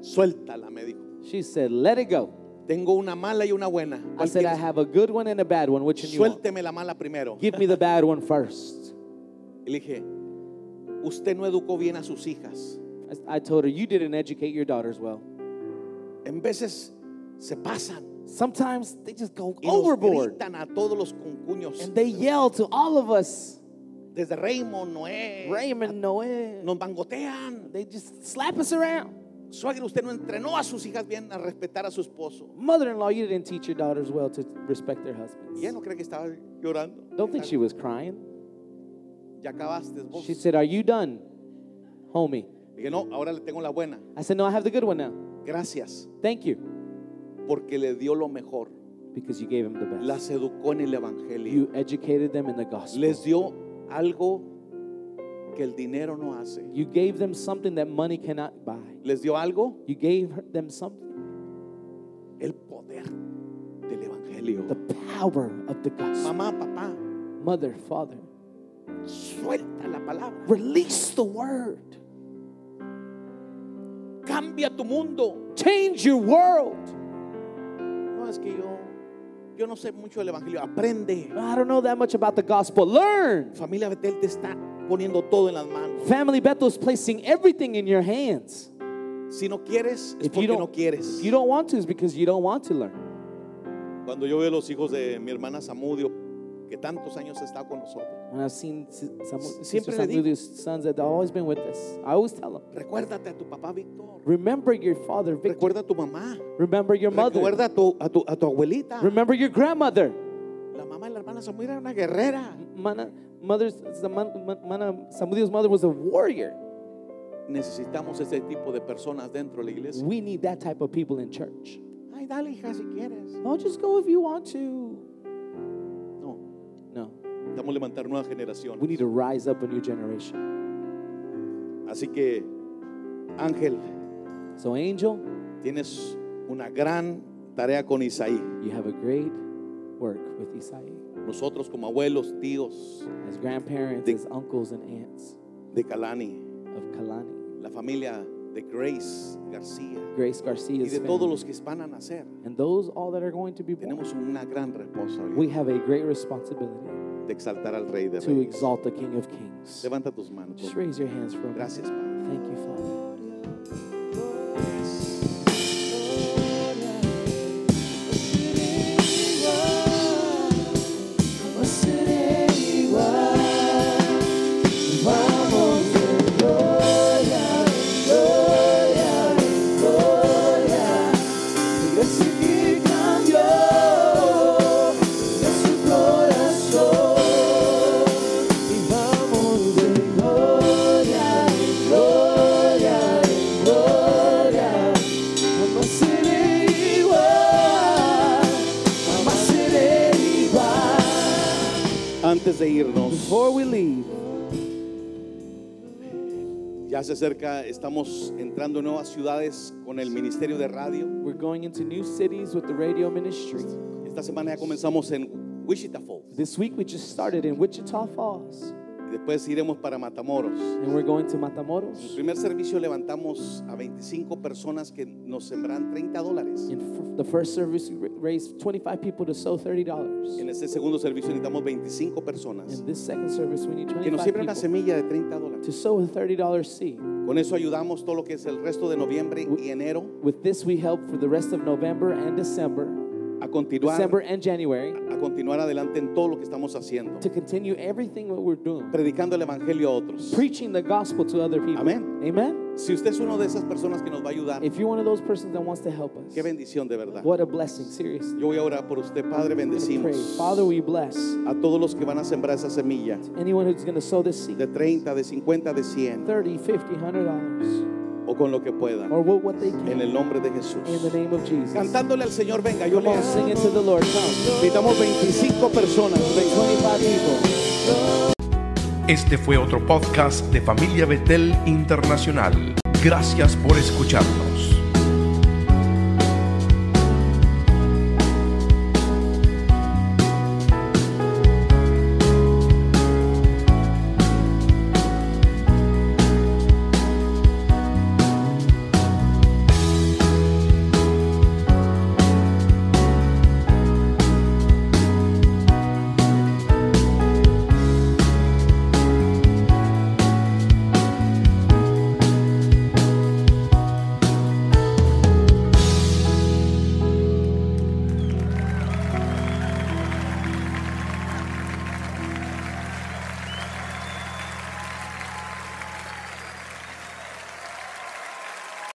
Suéltala, me dijo.
she said let it go
Tengo una mala y una buena.
i
¿Cuál
said i
quieres?
have a good one and a bad one which one you want
Suélteme la mala primero.
give me the bad one first
Y le dije, usted no educó bien a sus hijas.
I- i told her you didn't educate your daughters well
En veces se pasan
sometimes they just go
y nos
overboard
gritan a todos los concuños.
and they yell to all of us
Desde Raymond, Noé.
Raymond, Noé.
Nos bangotean.
They just slap us around.
Suegra, usted no entrenó a sus hijas bien a respetar a su esposo.
Mother in law, you didn't teach your daughters well to respect their husbands.
Y ella no cree que estaba llorando.
Don't think she was crying.
Ya acabaste vos.
She said, Are you done, homie?
Dije, no, ahora le tengo la buena.
I said, No, I have the good one now.
Gracias,
Thank you,
porque le dio lo mejor.
because you gave him the best.
Las educó en el Evangelio.
you educated them in the gospel.
Les dio algo que el dinero no hace.
you gave them something that money cannot buy.
Les dio algo
You gave her- them something,
el poder del Evangelio.
the power of the gospel.
Mamá, papá,
Mother, father,
suelta la palabra.
release the word.
Cambia tu mundo.
Change your world.
No es que yo, yo no sé mucho del Evangelio. Aprende.
I don't know that much about the gospel. Learn.
Familia Betel te está poniendo todo en las manos.
Family Bethel is placing everything in your hands.
Si no quieres, es
If you
porque
don't,
no quieres.
if you don't want to, it's because you don't want to learn.
Cuando yo veo los hijos de mi hermana Samudio, que tantos años está con nosotros,
And I've seen s- some
Siempre
Sister
le digo.
Samuel's sons that have always been with us. I always tell them,
recuérdate a tu papá Víctor,
remember your father, Victor.
recuerda a tu mamá,
Remember your mother.
recuerda a tu, a tu, a tu abuelita.
Remember your grandmother.
La mamá de la hermana Samudio era una guerrera.
Mana, mother's, Saman- Ma- Mana, Samuel's mother was a warrior.
Necesitamos ese tipo de personas dentro de la iglesia.
We need that type of people in church.
Ay, dale hija si quieres.
No, just go if you want to.
No,
No,
necesitamos levantar nueva generación.
we need to rise up a new generation.
Así que, Ángel,
So, Angel,
tienes una gran tarea con Isaí.
you have a great work with Isaiah.
Nosotros como abuelos, tíos
as grandparents,
The-
as uncles and aunts
de Calani,
of Kalani,
la familia de Grace García
Grace
y
Garcia's
de todos
family,
los que van a nacer.
and those all that are going to be born.
Tenemos una gran
We
responsabilidad
have a great responsibility
de exaltar al Rey de
to
Reyes.
exalt the King of Kings.
Levanta tus manos. por
Just
favor.
raise your hands for a moment.
Gracias, Padre.
Thank you, Father.
Antes de irnos,
Before we leave,
ya se acerca, estamos entrando en nuevas ciudades con el Ministerio de Radio.
we're going into new cities with the radio ministry.
Esta semana ya comenzamos en Wichita Falls.
This week we just started in Wichita Falls,
Y Después iremos para Matamoros.
and we're going to
El
Matamoros.
primer servicio levantamos a 25 personas que nos sembrarán 30 dólares.
In f- the first service, we ra- raised 25 people to sow $30.
En este segundo servicio necesitamos 25 personas
In this second service, we need
que nos
25
siembren una
people
semilla de 30 dólares.
to sow a $30 seed.
Con eso ayudamos todo lo que es el resto de noviembre y enero
With this, we help for the rest of November and December,
a continuar,
December and January,
a continuar adelante en todo lo que estamos haciendo,
to continue everything what we're doing,
predicando el evangelio a otros.
preaching the gospel to other people.
Amén.
Amen.
Si usted es una de esas personas que nos va a ayudar,
If you're one of those persons that wants to help us,
qué bendición de verdad.
Em. what a blessing, seriously.
Yo voy a orar por usted, Padre,
We Pray,
bendecimos
Father, we bless
a todos los que van a sembrar esa semilla
anyone who's going to sow this seed.
de 30, de 50, de 100
30, 50, 100 dollars
o con lo que puedan.
or what, what they
En
can
el nombre de Jesús.
in the name of Jesus.
Cantándole al Señor, venga, yo
Come
le
on, sing it to the Lord. Come.
invitamos 25 personas. venga.
25 people.
Este fue otro podcast de Familia Betel Internacional. Gracias por escucharnos.